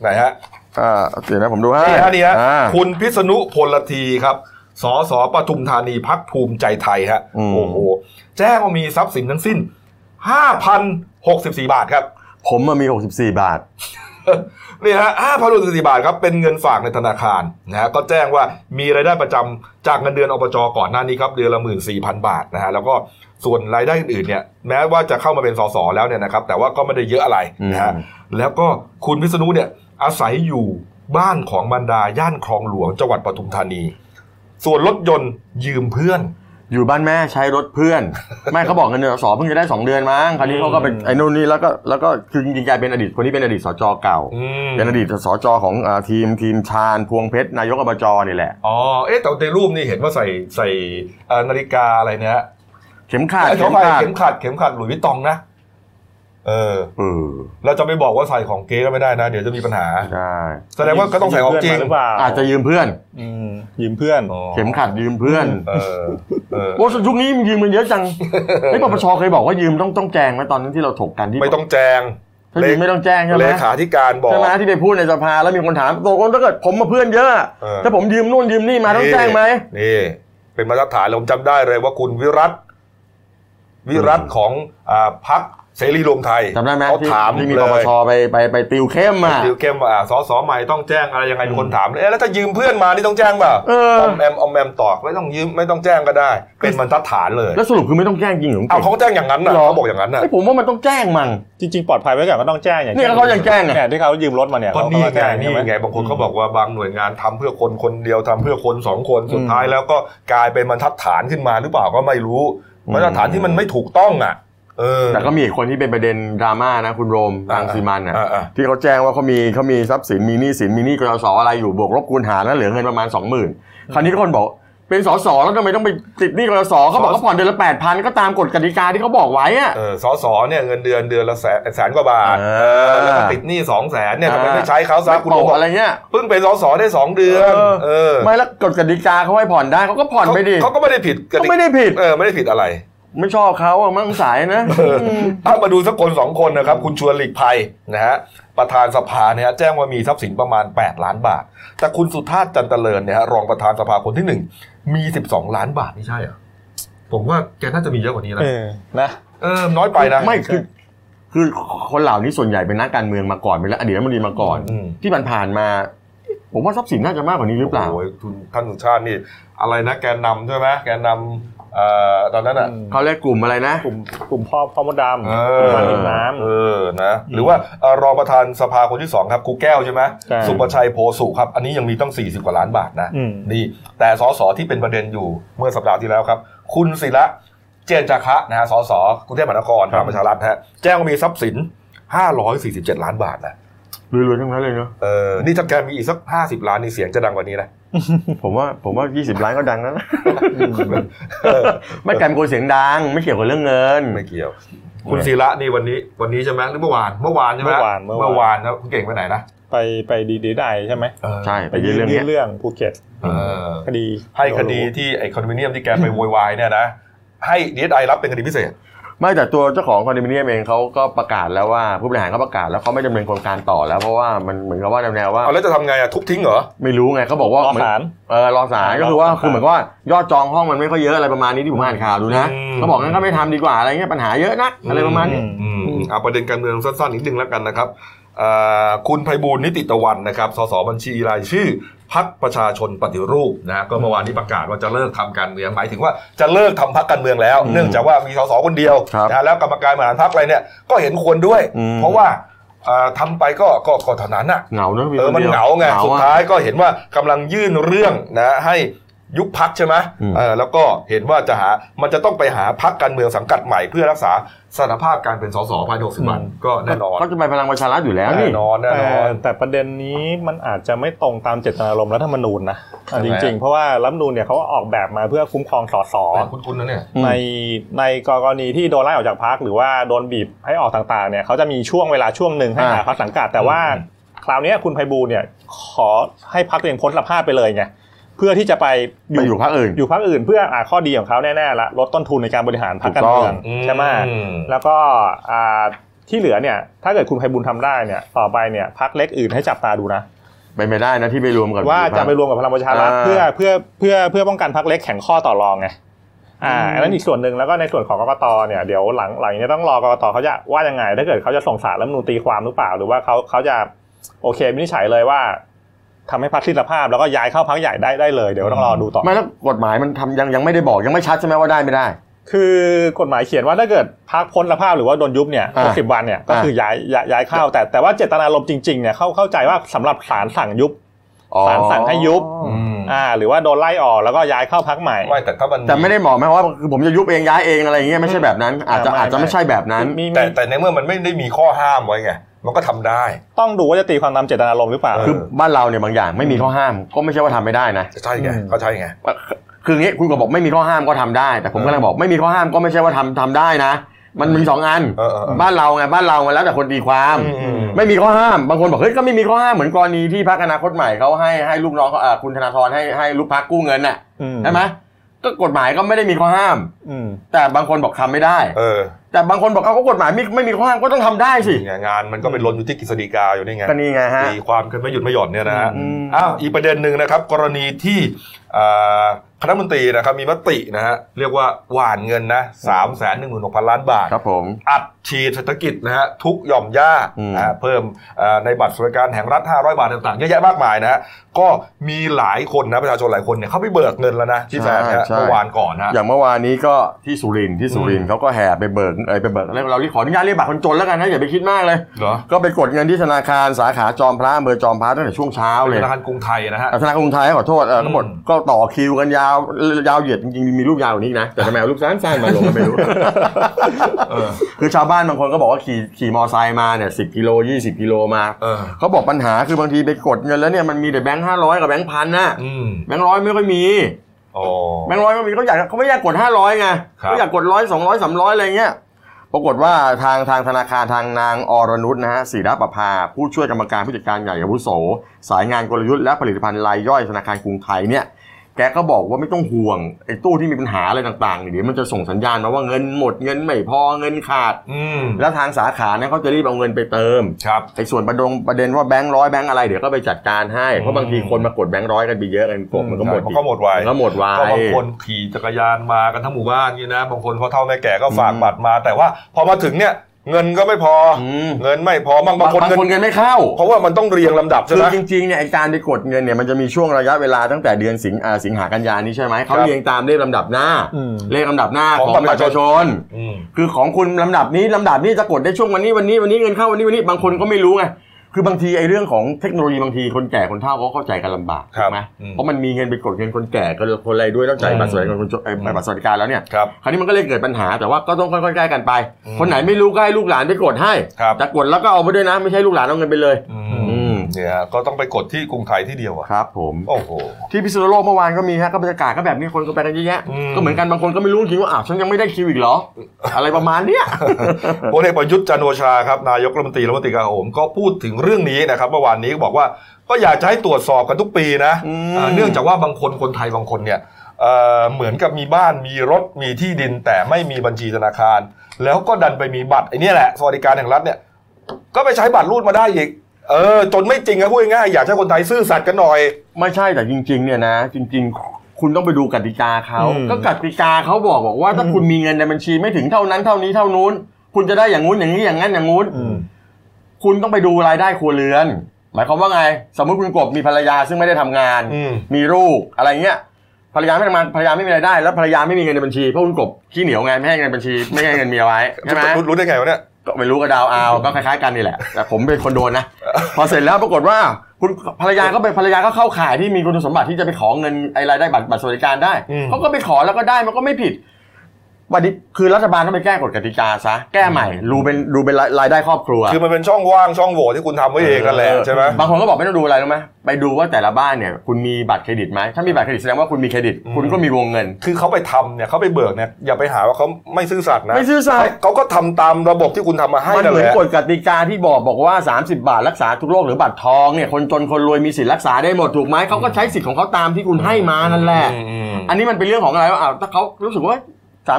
S1: ไหนฮะ
S2: อ่าเดี๋ยวนะผมดูให้
S1: นี่ฮะนี่ฮะ
S2: อ่า
S1: คุณพิษณุพลทีครับสสปทุมธานีพักภูมิใจไทยฮะ
S2: อืม
S1: โอ้โหแจ้งว่ามีทรัพย์สินทั้งสิ้น 5,064 บาทครับ
S2: ผมอะมี 64 บาท
S1: นี่ฮะห้าพันสี่บาทครับ เป็นเงินฝากในธนาคารนะฮะ ก็แจ้งว่ามีรายได้ประจำจากเงินเดือนอบจก่อนหน้านี้ครับ เดือนละหมื่นสี่พันบาทนะฮะ แล้วก็ส่วนรายได้อื่นๆเนี่ย แม้ว่าจะเข้ามาเป็นสสแล้วเนี่ยนะครับ แต่ว่าก็ไม่ได้เยอะอะไรนะฮะ
S2: อืม
S1: แล้วก็คุณวิษณุเนี่ยอาศัยอยู่บ้านของบรรดาย่านคลองหลวงจังหวัดปทุมธานี ส่วนรถยนต์ยืมเพื่อน
S2: อยู่บ้านแม่ใช้รถเพื่อน ไม่เขาบอกเงินเดือนสอเพิ่งจะได้สองเดือนมั้งคราวนี้เขาก็เป็นไอ้นู่นนี่แล้วก็แล้วก็คือจริงๆแกเป็นอดีตคนที่เป็นอดีตสจเก่า
S1: อืม
S2: เป็นอดีตสจของเอ่อทีมทีมชาญพวงเพชรนายกอบจนี่แหละ
S1: อ๋อ เอ๊ะแต่ในรูปนี่เห็นว่าใส่ใส่เอ่อนาฬิกาอะไรเนี่ยฮะ
S2: เข็มขาด
S1: เอ้ยขอ
S2: เข็ม
S1: อภัย
S2: ขาด
S1: เข็มขัดเข็มขัดหลุยส์วิตตองนะ เออ
S2: เออ
S1: เราจะไม่บอกว่าใส่ของเก๊ก็ไม่ได้นะ เดี๋ยวจะมีปัญหา
S2: ใช่
S1: แสดงว่าก็ต้องใส่ของจริง
S3: ยืมเพื่นมาหรือเปล่า
S2: อาจจะยืมเพื่อน
S3: อืมยืมเพื่อน
S1: อ๋อ
S2: เข็มขัดยืมเพื่อน
S1: เออเออ
S2: โอ้ยุคนี้มันยืมมันเยอะจัง ไอ้ยปปชเคยบอกว่ายืมต้องต้องแจ้งไหมตอนนั้นที่เราถกกันที่
S1: ไม่ต้องแจง
S2: ถ้ายืมไม่ต้องแจ้งใช่ไหม
S1: เลขาธิการบอก
S2: ใช่ไหมที่ไปพูดในสภาแล้วมีคนถามตกลงถ้าเกิดผมมาเพื่อนเยอะ
S1: เออ
S2: ถ้าผมยืมนู่นยืมนี่มาต้องแจ้งไหม
S1: นี่ เป็นมาตรฐานเลยผมจำได้เลยว่าคุณวิรัตวิรัต
S2: อืม
S1: ของอ่าพักเสรีรวมไทย
S2: จำได้ไหม
S1: เขา
S2: ที่
S1: ถาม
S2: ที่มี
S1: เล
S2: ปป
S1: ย
S2: ชไปไปไปติวเข้มอ่ะ
S1: ติวเข้มว่าอ่าสอสอใหม่ต้องแจ้งอะไรยังไงมีคนถามเลยเอ๊ะแล้วถ้ายืมเพื่อนมานี่ต้องแจ้งเปล่า
S2: เออ
S1: อมแอมออมแอมตอบไม่ต้องยืมไม่ต้องแจ้งก็ได้ เป็นมาตรฐานเลย
S2: แล้วสรุปคือไม่ต้องแจ้งจริงหรือ
S1: เอาเขาก็แจ้งอย่างนั้นนะเขาบอกอย่างนั้นนะ
S2: ไอ้ยผมว่ามันต้องแจ้งมั่ง
S3: จริงๆ ปลอดภัยไว้ก่อนก็ต้องแจ้งอย่าง
S2: เนี่ย
S3: ช่น
S2: เขายังแจ้งอะ
S3: เนี่ยที่เขายืมรถมาเนี่ย
S1: ก็นี่
S3: เขา
S1: ไง
S3: แจ้ง
S1: นี่
S3: ใช่หม
S1: ไงบางคนเขาบอกว่าบางหน่วยงานทำเพื่อคนคนเดียวทำเพื่อคนสองคนสุด
S3: อืม
S1: ท้ายแล้วก็กลายเป็นบรรทัดฐานขึ้นมาหรือเปล่าก็ไม่รู้
S2: อืม
S1: บรรทัดฐานที่มันไม่ถูกต้องอ่ะ เออ
S2: แต่ก็มีอีกคนที่เป็นประเด็นดราม่านะคุณโรม
S1: อ่า
S2: รังสีมันน่ะ
S1: อ่าอ่า
S2: ที่เขาแจ้งว่าเขามีเขามีทรัพย์สินมีหนี้สินมีหนี้กสอะไรอยู่บวกลบคูณหารแล้วเหลือเงินประมาณ 20,000 คราวนี้ก็คนบอกเป็นสสแล้วทำไมต้องไปติดหนี้กสเขาบอกเขาผ่อนเดือนละ8,000 ก็ตามกฎกติกาที่เขาบอกไว้อะ
S1: เออสอสอเนี่ยเงินเดือนเดือนละแสนแสนกว่าบาท
S2: เออ
S1: เออแล้วก็ติดหนี้สองแสนเนี่ยทำไมไม่ใช้เขาซะคุณ
S2: บ
S1: ลุง
S2: อก
S1: บอก
S2: อะไรเงี้ย
S1: เพิ่งเป็นสอสอได้สองเดือน
S2: เออ
S1: เออ
S2: ไม่แล้วกฎกติกาเขาให้ผ่อนได้เขาก็ผ่อน
S1: เขา
S2: ไปดิ
S1: เขาก็ไม่ได้ผิด
S2: ก็ไม่ได้ผิด
S1: เออไม่ได้ผิดอะไร
S2: ไม่ชอบเขาอะมั่งสายนะ
S1: เออเอามาดูสักคนสองคนนะครับ คุณชวนหลีกภัยนะฮะประธานสภาเนี่ยฮะแจ้งว่ามีทรัพย์สินประมาณ 8 ล้านบาท แต่คุณสุธาตจันเจริญเนี่ยฮะรองประธานสภาคนที่หนึ่งมี 12 ล้านบาทนี่ใช่เหรอผมว่าแกน่าจะมีเยอะกว่านี้นะ
S3: เออนะ
S1: เออน้อยไปนะ
S2: ไม่คือคือคนเหล่านี้ส่วนใหญ่เป็นนักการเมืองมาก่อนเป็นอดีตรัฐมนตรีมาก่อน
S1: อืม
S2: ที่ผ่านๆมา ผมว่าทรัพย์สินน่าจะมากกว่านี้หรือเปล่า
S1: โอ้ยคุณท่านสุชาตินี่ อะไรนะแกนนำใช่ไหมแกนนำเอ่อตอนนั้นอ่ะ
S3: อืม
S2: เขาเรียกกลุ่มอะไรนะ
S3: กลุ่มกลุ่มพ่อพ่อมดดำ
S1: เออ
S3: มาหินน้
S1: เออนะหรือว่าเอ่อรองประธานสภาคนที่สองครับครูแก้วใช่ไหม
S3: ใช่
S1: สุประชัยโพสุครับ อันนี้ยังมีตั้ง 40 กว่าล้านบาทนะ
S3: อืม
S1: นี่ แต่สสที่เป็นประเด็นอยู่เมื่อสัปดาห์ที่แล้วครับ คุณศิระเจนจาคะนะฮะสสกรุงเทพมหานครพลังประชารัฐฮะแจ้งว่ามีทรัพย์สิน 547 ล้านบาทนะ
S2: รวยๆทั้งนั้นเลยเนาะ
S1: เออนี่ถ้าแกมีอีกสัก 50 ล้านนี่เสียงจะดังกว่านี้นะ
S2: ผมว่าผมว่า 20 ล้านก็ดังแล้วนะ
S1: เออ
S2: ไม่แกเป็นคนเสียงดัง ไม่เกี่ยวกับเรื่องเงิน
S1: ไม่เกี่ยว คุณศิระนี่วันนี้วันนี้ใช่ไหมหรือเมื่อวานเมื่อวานใช่ไหม
S3: เมื่อวานเมื่อวาน
S1: เมื่อวานนะคุณเก่งไปไหนนะ
S3: ำไปไปดีดีได้ใช่ไหม
S1: เออ
S2: ใช่ไปยื่นเรื่องเนี้ย
S3: เรื่องภูเก็ต
S1: เออ
S3: คดี
S1: ให้คดีที่ไอคอนโดมิเนียมที่แกไปโวยวายเนี่ยนะ ให้ดีเอสไอรับเป็นคดีพิเศษ
S2: ไม่แต่ตัวเจ้าของคอนโดมิเนียมเองเขาก็ประกาศแล้วว่าผู้บริหารเขาประกาศแล้วเขาไม่ดำเนินโครงการต่อแล้วเพราะว่ามันเหมือนกับว่าแนวๆว่า
S1: เอาแล้วจะทำไงอะทุบทิ้งเหรอ
S2: ไม่รู้ไงเขาบอกว่า
S3: ต่อ
S2: เหมือน
S3: ศาล
S2: เออรอสายก็คือว่าคือเหมือนกับว่ายอดจองห้องมันไม่ค่อยเยอะอะไรประมาณนี้ที่ผมอ่านข่าวดูนะ
S1: อืม
S2: เขาบอกงั้นก็ไม่ทำดีกว่าอะไรเงี้ยปัญหาเยอะนักอะไรประมาณนี้
S1: อือืมเอาประเด็นการเมืองสั้นๆนิดนึงแล้วกันนะครับอ่าคุณไพบูลย์นิติตะวันนะครับ สสบัญชีรายชื่อพักประชาชนปฏิรูปนะก็เมื่อวานนี้ประกาศว่าจะเลิกทำการเมืองหมายถึงว่าจะเลิกทำพักการเมืองแล้ว เนื่องจากว่ามีสสคนเดียว
S2: ครับ
S1: นะแล้วกรรมการบริหารพักอะไรเนี่ยก็เห็นควรด้วย
S2: อืม
S1: เพราะว่าอ่าทำาไปก็ก็ก็เท่านั้นอะ
S2: เหงาเนอะ
S1: เออ มัน
S2: คดีย
S1: เหงาไง
S2: อะ
S1: สุดท้ายก็เห็นว่ากำลังยื่นเรื่องนะให้ยุบพักใช่ไหม
S2: อืม
S1: เออแล้วก็เห็นว่าจะหา มันจะต้องไปหาพักการเมืองสังกัดใหม่ เพื่อรักษาสถานภาพการเป็นสสภายในหกสิบวัน
S3: อืม
S1: ก็แน่นอน
S2: เขาจะไปพลังประชารัฐอยู่แล้ว
S1: แน่
S2: นี่
S1: นอน แน่
S3: แต่
S1: นอน
S3: แต่ประเด็นนี้มันอาจจะไม่ตรงตามเจตนารมณ์รัฐธรรมนูญนะอ่ะจริง ๆ เพราะว่ารัฐธรรมนูญเนี่ยเขาออกแบบมาเพื่อคุ้มครองสส
S1: แต่คุ้นๆนะเนี่ย
S3: ในในกรณีที่โดนไล่ออกจากพักหรือว่าโดนบีบให้ออกต่างๆเนี่ยเขาจะมีช่วงเวลาช่วงหนึ่งให้หาพักสังกัด แต่ว่าคราวเนี้ยคุณไพบูลย์เนี่ยขอให้พักตัวเองพ้นสภาพไปเลยไงเพื่อที่จะไปอ
S2: ไปอยู่
S3: ยู่
S2: พรรคอื่น
S3: อยู่พักอื่นเพื่ออ่าข้อดีของเขาแน่ๆละลดต้นทุนในการบริหารพักการเมือง
S1: ถูกต้อง
S3: ใช่ไหม
S1: อืม
S3: แล้วก็อ่าที่เหลือเนี่ยถ้าเกิดคุณไพบูลย์ทำได้เนี่ยต่อไปเนี่ยพักเล็กอื่นให้จับตาดูนะ
S2: ไปไม่ได้นะที่ไปรวมกับ
S3: ว่าจะไปรวมกับพลังประชารัฐ
S2: อ่า
S3: เพื่อเพื่อเพื่อเพื่อป้องกันพรรคเล็กแข่งข้อต่อรองไงอ่า
S2: อืม
S3: อันนั้นอีกส่วนหนึ่งแล้วก็ในส่วนของกกตเนี่ยเดี๋ยวหลังหลังนี้ต้องรอกกตเขาจะว่ายังไง ถ้าเกิดเขาจะส่งสารรัฐธรรมนูญตีความหรือเปล่า หรือว่าเขาเขาจะโอเควินิจฉัยเลยว่าทำให้พรรคสิ้นสภาพ แล้วก็ย้ายเข้าพรรคใหญ่ได้ได้เลยเดี๋ยวต้องรอดูต่อ
S2: ไม่แล้วกฎหมายมันทำยังยังไม่ได้บอกยังไม่ชัดใช่ไหมว่าได้ไม่ได้
S3: คือกฎหมายเขียนว่าถ้าเกิดพักพ้นสภาพหรือว่าโดนยุบเนี่ย
S2: อ่า
S3: สิบวันเนี่ยก็
S2: อ่า
S3: คือย้ายย้ายย้ายเข้าแต่แต่ว่าเจตนารมณ์จริงๆเนี่ยเข้าเข้าใจว่าสำหรับศาลสั่งยุบ
S2: อ๋อ
S3: ศาลสั่งให้ยุบ
S1: อืม
S3: อ่าหรือว่าโดนไล่ออกแล้วก็ย้ายเข้าพรรคใหม่
S1: ไม่แต่ถ้ามัน
S2: แต่ไม่ได้บอกไหมว่าคือผมจะยุบเองย้ายเองอะไรอย่างเงี้ยไม่ใช่แบบนั้น อาจจะ
S3: ไม่
S2: อาจจะไม่
S3: ไม่
S2: ใช่แบบนั้น
S3: มี
S1: แต่
S3: มี
S1: แต่ในเมื่อมันไม่ได้มีข้อห้ามไว้ไง มันก็ทำได้
S3: ต้องดูว่าจะตีความตามเจตนารมณ์หรือเปล่า
S1: เออ
S2: คือบ้านเราเนี่ยบางอย่างไม่มีข้อห้ามก็ไม่ใช่ว่าทำไม่ได้นะ
S1: ใช่ไง
S3: อืม
S1: ก็ใช่ไง
S2: คืออย่างงี้คุณก็บอกไม่มีข้อห้ามก็ทำได้ แต่ผมกำลังบอกไม่มีข้อห้ามก็ไม่ใช่ว่าทำทำได้นะ มันมีสองอัน
S1: เออเออเออ
S2: บ้านเราไงบ้านเรามันแล้วแต่คนตีความ
S1: อืมอืม
S2: ไม่มีข้อห้ามบางคนบอกเฮ้ยก็ไม่มีข้อห้ามเหมือนกรณีที่พักอนาคตใหม่เขาให้ให้ลูกน้องเขาอ่าคุณธนาธรให้ให้ลูกพักกู้เงินน่ะ
S3: ม
S2: ใช่ไหมก็กฎหมายก็ไม่ได้มีข้อห้าม
S3: อืม
S2: แต่บางคนบอกทำไม่ได้
S1: เออ
S2: แต่บางคนบอกเอาก็กฎหมายไม่ไม่มีข้อห้ามก็ต้องทำได้สิ
S1: นี่ไงงานมันก็เป็นลนอยู่ที่กฤษฎีกาอยู่นี่ไง
S2: ก็นี่ไงฮะ
S1: ตีความกันไม่หยุดไม่หย่อนเนี่ยนะฮะ
S2: อืม
S1: อ้าวอีกประเด็นหนึ่งนะครับ กรณีที่อ่าคณะมนตรีนะครับมีมตินะฮะเรียกว่าหว่านเงินนะสามแสนหนึ่งหมื่นหกพันล้านบาท
S2: ครับผม
S1: อัดฉีดเศรษฐกิจนะฮะทุกหย่อมย่า
S2: อืม
S1: นะฮะเพิ่มเอ่อในบัตรสวัสดิการแห่งรัฐ 500 บาทต่างๆเยอะแยะมากมายนะฮะก็มีหลายคนนะประชาชนหลายคนเนี่ยเขาไปเบิกเงินแล้วนะที่แฟนนะฮะเมื่อวานก่อนนะฮะ
S2: อย่างเมื่อวานนี้ก็ที่สุรินทร์ที่สุรินทร์เขาก็แห่ไปเบิกเอยไปเบิกเราเรียกขออนุญาตเรียกบัตรคนจนแล้วกันนะอย่าไปคิดมากเลย
S1: เหรอ
S2: ก็ไปกดเงินที่ธนาคารสาขาจอมพระอำเภอจอมพระตั้งแต่ช่วงเช้าเล
S1: ธ
S2: ย
S1: นาคารกรุงไทยนะฮะ
S2: อ่ะธนาคารกรุงไทยขอโทษเออทั้งหมด
S1: อืม
S2: ก็ต่อคิวกันยาวยาวเหยียดจริงๆมีรูปยาวกว่านี้อีกนะ แต่ทำไมเอารูปสั้ นๆมาลงก็ไม่รู้
S1: เออ
S2: คือชาวบ้านบางคนก็บอกว่าขี่ขี่มอไซค์มาเนี่ยสิกิโลยี่สิบกิโลมา
S1: เออ
S2: เขาบอกปัญหาคือบางทีไปกดเงินแล้วเนี่ยมันมีแต่แบงค์ห้าร้อยกับแบงค์พันน่ะ
S1: อืม
S2: แบงค์ร้อยไม่ค่อยมี
S1: อ๋อ
S2: แบงค์ร้อยก็มีเขาอยากเขาไม่อยากกดห้าร้อยไง
S1: ครับ
S2: เขาอยากกดร้อยสองร้อยสามร้อยอะไรเงี้ยปรากฏว่าทางทางธนาคารทางนางอรนุชนะฮะศิรประภา ผู้ช่วยกรรมการผู้จัดการใหญ่อาวุโส สายงานกลยุทธ์และผลิตภัณฑ์รายย่อยธนาคารกรุงไทยเนี่ย แกก็บอกว่าไม่ต้องห่วงไอ้ตู้ที่มีปัญหาอะไรต่างๆเดี๋ยวมันจะส่งสัญญาณมาว่าเงินหมดเงินไม่พอเงินขาด
S1: อืม
S2: แล้วทางสาขาเนี่ยเขาจะรีบเอาเงินไปเติม
S1: ครับ
S2: ไอ้ส่วนประดงประเด็นว่าแบงค์ร้อยแบงค์อะไรเดี๋ยวก็ไปจัดการให้เพ
S1: อื
S2: ราะ
S1: ม
S2: บางทีคนมากดแบงค์ร้อยกันไปเยอะกันกดมันก็หมด
S1: ใช่นก็หมดไว
S2: มันก็หมดไว
S1: ก็บางคนขี่จักรยานมากันทั้งหมู่บ้านนี่นะบางคนพ่อเฒ่าแม่แก่ก็ฝาก
S2: อืม
S1: บัตรมา แต่ว่าพอมาถึงเนี่ย เงินก็ไม่พออ
S2: อืม
S1: เงินไม่พอบางบางคน
S2: บาง
S1: เงิน
S2: คนเงินไม่เข้า
S1: เพราะว่ามันต้องเรียงลำดับใช่
S2: คื
S1: ไหม
S2: อจริงๆเนี่ยไอการไปกดเงินเนี่ยมันจะมีช่วงระยะเวลาตั้งแต่เดือนสิงอ่าสิงหากันยานี้ใช่ไหมเขาเรียงตามเลขลำดับหน้า
S3: อืม
S2: เลขลำดับหน้า
S1: ข
S2: ข
S1: อ
S2: อง ง
S1: ป
S2: ประ ระ
S1: ชาชน
S2: ชาชน
S1: อืม
S2: คือของคุณลำดับนี้ลำดับนี้จะกดได้ช่วงวันนี้วันนี้วันนี้เงินเข้าวันนี้วันนี้บางคนก็ไม่รู้ไงคือบางทีไอ้เรื่องของเทคโนโลยีบางทีคนแก่คนเฒ่าเขาเข้าใจกันลำบาก
S1: ครับ
S2: ถูกไหม
S1: อืม
S2: เพราะมันมีเงินไปกดเงินคนแก่กันคนอะไรด้วยต้องจ่ายบัตรสวัสดิการคนจนเอ้ย
S1: อืม
S2: บัตรสวัสดิการแล้วเนี่ย
S1: ครับ
S2: คราวนี้มันก็เลยเกิดปัญหาแต่ว่าก็ต้องค่อยๆแก้กันไป
S1: อืม
S2: คนไหนไม่รู้ก็ให้ลูกหลานไปกดให้
S1: ครับ
S2: แต่กดแล้วก็เอาไปด้วยนะ ไม่ใช่ลูกหลานเอาเงินไปเลย
S1: อื
S2: อื
S1: ม
S2: ม
S1: เนี่ยฮะก็ต้องไปกดที่กรุงไทยที่เดียวอะ
S2: ครับผม
S1: โอ้โห
S2: ที่พิษณุโลกเมื่อวานก็มีฮะก็บรรยากาศก็แบบนี้คนก็ไปกันเยอะแยะ
S1: อืม
S2: ก็เหมือนกันบางคนก็ไม่รู้จริงว่าอ้าวฉันยังไม่ได้คิวอี กเหรอ อะไรประมาณเนี้ย
S1: พลเอกประยุทธ์จันทร์โอชาครับนายกรัฐมนตรีรัฐมนตรีกระโหมก็พูดถึงเรื่องนี้นะครับเมื่อวานนี้ก็บอกว่าก็อยากจะให้ตรวจสอบกันทุกปีนะ
S2: อืม
S1: อ่าเนื่องจากว่าบางคนคนไทยบางคนเนี่ยเอ่อเหมือนกับมีบ้านมีรถมีที่ดินแต่ไม่มีบัญชีธนาคาร แล้วก็ดันไปมีบัตรไอ้เนี่ยแหละสวัสดิการแห่งรัฐเนี่ยก็ไปใช้บัตรรูดมาได้อีกเออจนไม่จริงอะพูดง่ายๆอยากให้คนไทยซื่อสัตย์กันหน่อย
S2: ไม่ใช่แต่จริง ๆ เนี่ยนะ จริง ๆ คุณต้องไปดูกติกาเขา
S3: อืม
S2: ก็กติกาเขาบอกบอกว่าถ้าคุณมีเงินในบัญชีไม่ถึงเท่านั้นเท่านี้เท่านู้น คุณจะได้อย่างงู้นอย่างนี้อย่างนั้นอย่างงู้น
S3: อืม
S2: คุณต้องไปดูรายได้ครัวเรือน หมายความว่าไง สมมติคุณกบมีภรรยาซึ่งไม่ได้ทำงาน
S1: อืม
S2: มีลูกอะไรเงี้ยภรรยาไม่ทำงานภรรยาไม่มีรายได้ แล้วภรรยาไม่มีเงินในบัญชีเพราะคุณกบขี้เหนียวไงไม่ให้เงินบัญชีไม่ให้เงินเมียไว้ใช่ไหม
S1: รู้รู้ได้ไงวะเนี่ย
S2: ก็ไม่รู้ก็เดาวเอาก็คล้ายๆกันนี่แหละแต่ผมเป็นคนโดนนะ พอเสร็จแล้วปรากฏว่า คุณภรรยาก็ไปภรรยาก็เข้าข่ายที่มีคุณสมบัติที่จะไปขอเงินไอ้รายได้บัตรบัตรสวัสดิการได้
S1: อืม
S2: เขาก็ไปขอแล้วก็ได้มันก็ไม่ผิดวันนี้คือรัฐบาลต้องไปแก้กฎกติกาซะแก้ใหม่ดูเป็นดูเป็นรายได้ครอบครัว
S1: คือมันเป็นช่องว่างช่องโหว่ที่คุณทำไว้เองนั่นแหละใช่ไหม
S2: บางคนก็บอกไม่ต้องดูอะไรรู้ไหมไปดูว่าแต่ละบ้านเนี่ย คุณมีบัตรเครดิตไหมถ้ามีบัตรเครดิตแสดงว่าคุณมีเครดิต
S1: อืม
S2: คุณก็มีวงเงิน
S1: คือเขาไปทำเนี่ยเขาไปเบิกเนี่ยอย่าไปหาว่าเขาไม่ซื่อสัตย์นะ
S2: ไม่ซื่อสัตย์
S1: เขาเขาก็ทำตามระบบที่คุณทำมาให้
S2: มัน
S1: นั่น
S2: เห
S1: แห
S2: มือน
S1: ละ
S2: กฎกติกาที่บอกบอกว่า 30 บาทรักษาทุกโรคหรือบัตรทองเนี่ยคนจนคนรวยมีสิทธิ์รักษาได้หมดถูกไหมเขาก็ใช้สิทธิ์ของเขาตามที่คุณให้มานั่นแหละ
S1: อืมอืม
S2: อันนี้มันเป็นเรื่องของอะไรว่าอ้าวถ้าเขารู้สึกว่า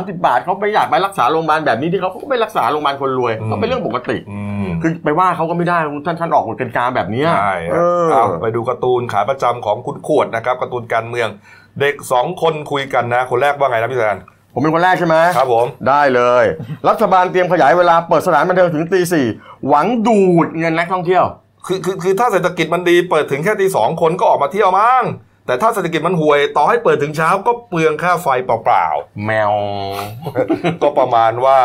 S2: 30 บาทเขาไปอยากไปรักษาโรงพยาบาลแบบนี้ที่เขาเขาก็ไปรักษาโรงพยาบาลคนรวยก็เป็นเรื่องปกติ
S1: อืม
S2: คือไปว่าเขาก็ไม่ได้ท่านท่านออกกฎกติกาแบบเนี้ย
S1: ใช่
S2: เออ
S1: เอาไปดูการ์ตูนขาประจำของคุณขวดนะครับการ์ตูนการเมือง เด็กสองคนคุยกันนะ คนแรกว่าไงนะพี่แซน
S2: ผมเป็นคนแรกใช่ไหม
S1: ครับผม
S2: ได้เลย รัฐบาลเตรียมขยายเวลาเปิดสถานบันเทิงถึงตีสี่หวังดูดเงินนักท่องเที่ยว
S1: คือคือคือถ้าเศรษฐกิจมันดีเปิดถึงแค่ตีสองคนก็ออกมาเที่ยวมั้งแต่ถ้าเศรษฐกิจมันห่วยต่อให้เปิดถึงเช้าก็เปลืองค่าไฟเปล่าๆ
S2: แมว
S1: ก็ประมาณว่า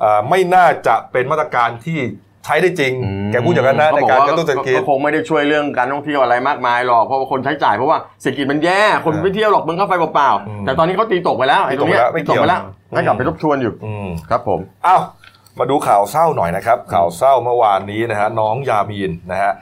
S1: เอ่อไม่น่าจะเป็นมาตรการที่ใช้ได้จริง แกพูดอย่างนั้นนะในการกระตุ้นเศรษฐกิจ
S2: ก็คงไม่ได้ช่วยเรื่องการท่องเที่ยวอะไรมากมายหรอกเพราะว่าคนใช้จ่ายเพราะว่าเศรษฐกิจมันแย่คนไม่เที่ยวหรอกมึงก็ไฟเปล่า
S1: อืม
S2: ๆแต่ตอนนี้เขาตีตกไปแล้วไอ้ตรงเนี้ย
S1: ตี
S2: ตี
S1: ต
S2: ต
S1: ก
S2: ก
S1: ไป
S2: ไป
S1: แล้
S2: แล้ว ว
S1: ไม่เกี่ยว
S2: ให้กลับไปทบทวนอยู่
S1: อืม
S2: ครับผม
S1: เอ้ามาดูข่าวเศร้าหน่อยนะครับ ข่าวเศร้าเมื่อวานนี้นะฮะน้องยามีนนะฮะ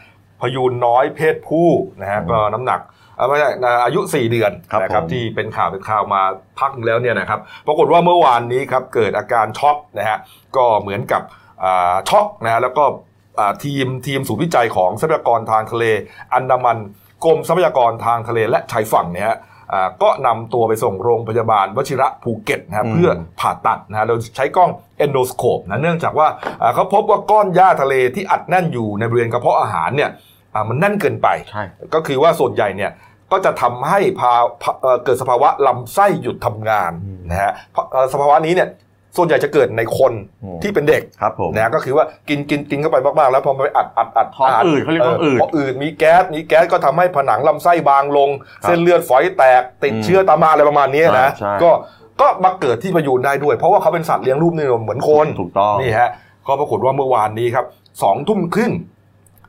S1: พยูนน้อยเพศผู้นะฮะก็น้ำหนักเอ่อไม่ใช่นะอายุ 4 เดือน
S2: ครับ
S1: นะ
S2: ผม
S1: ที่เป็นข่าวเป็นข่าวมาพักหนึ่งแล้วเนี่ยนะครับปรากฏว่าเมื่อวานนี้ครับเกิดอาการช็อกนะฮะก็เหมือนกับอ่าช็อกนะฮะแล้วก็อ่าทีมทีมศูนย์วิจัยของทรัพยากรทางทะเล อันดามันกรมทรัพยากรทางทะเลและชายฝั่งเนี่ยฮะอ่าก็นำตัวไปส่งโรงพยาบาลวชิระภูเก็ตนะฮะ
S2: อืม
S1: เพื่อ ผ่าตัดนะฮะโดยใช้กล้องเอนโดสโคปนะเนื่องจากว่าอ่าเขาพบว่าก้อนหญ้าทะเลที่อัดแน่นอยู่ในบริเวณกระเพาะอาหารเนี่ยอ่ามันแน่นเกินไป
S2: ใช่
S1: ก็คือว่าส่วนใหญ่เนี่ยก็จะทำให้ภาพเอ่อเกิดสภาวะลำไส้หยุดทำงาน
S2: อืม
S1: นะฮะเพราะเอ่อสภาวะนี้เนี่ยส่วนใหญ่จะเกิดในคน
S2: อืม
S1: ที่เป็นเด็ก
S2: ครับผม
S1: นะฮะก็คือว่ากินกินกินเข้าไปมากๆ แล้วพอมันไปอัดอัดอัด
S2: ท้องอืดเขาเรียกท้องอืด
S1: พออืดมีแก๊สมีแก๊สก็ทำให้ผนังลำไส้บางลง
S2: ครับ
S1: เส้นเลือดฝอยแตกติด
S2: อืม
S1: เชื้อตามมาอะไรประมาณนี้นะ
S2: ใช่ใช่
S1: ก็ก็มาเกิดที่พยูนได้ด้วย เพราะว่าเขาเป็นสัตว์เลี้ยงรูปนิยมเหมือนคน
S2: ถูกต้อง
S1: นี่ฮะก็ปรากฏว่าเมื่อวานนี้ครับสองทุ่มครึ่ง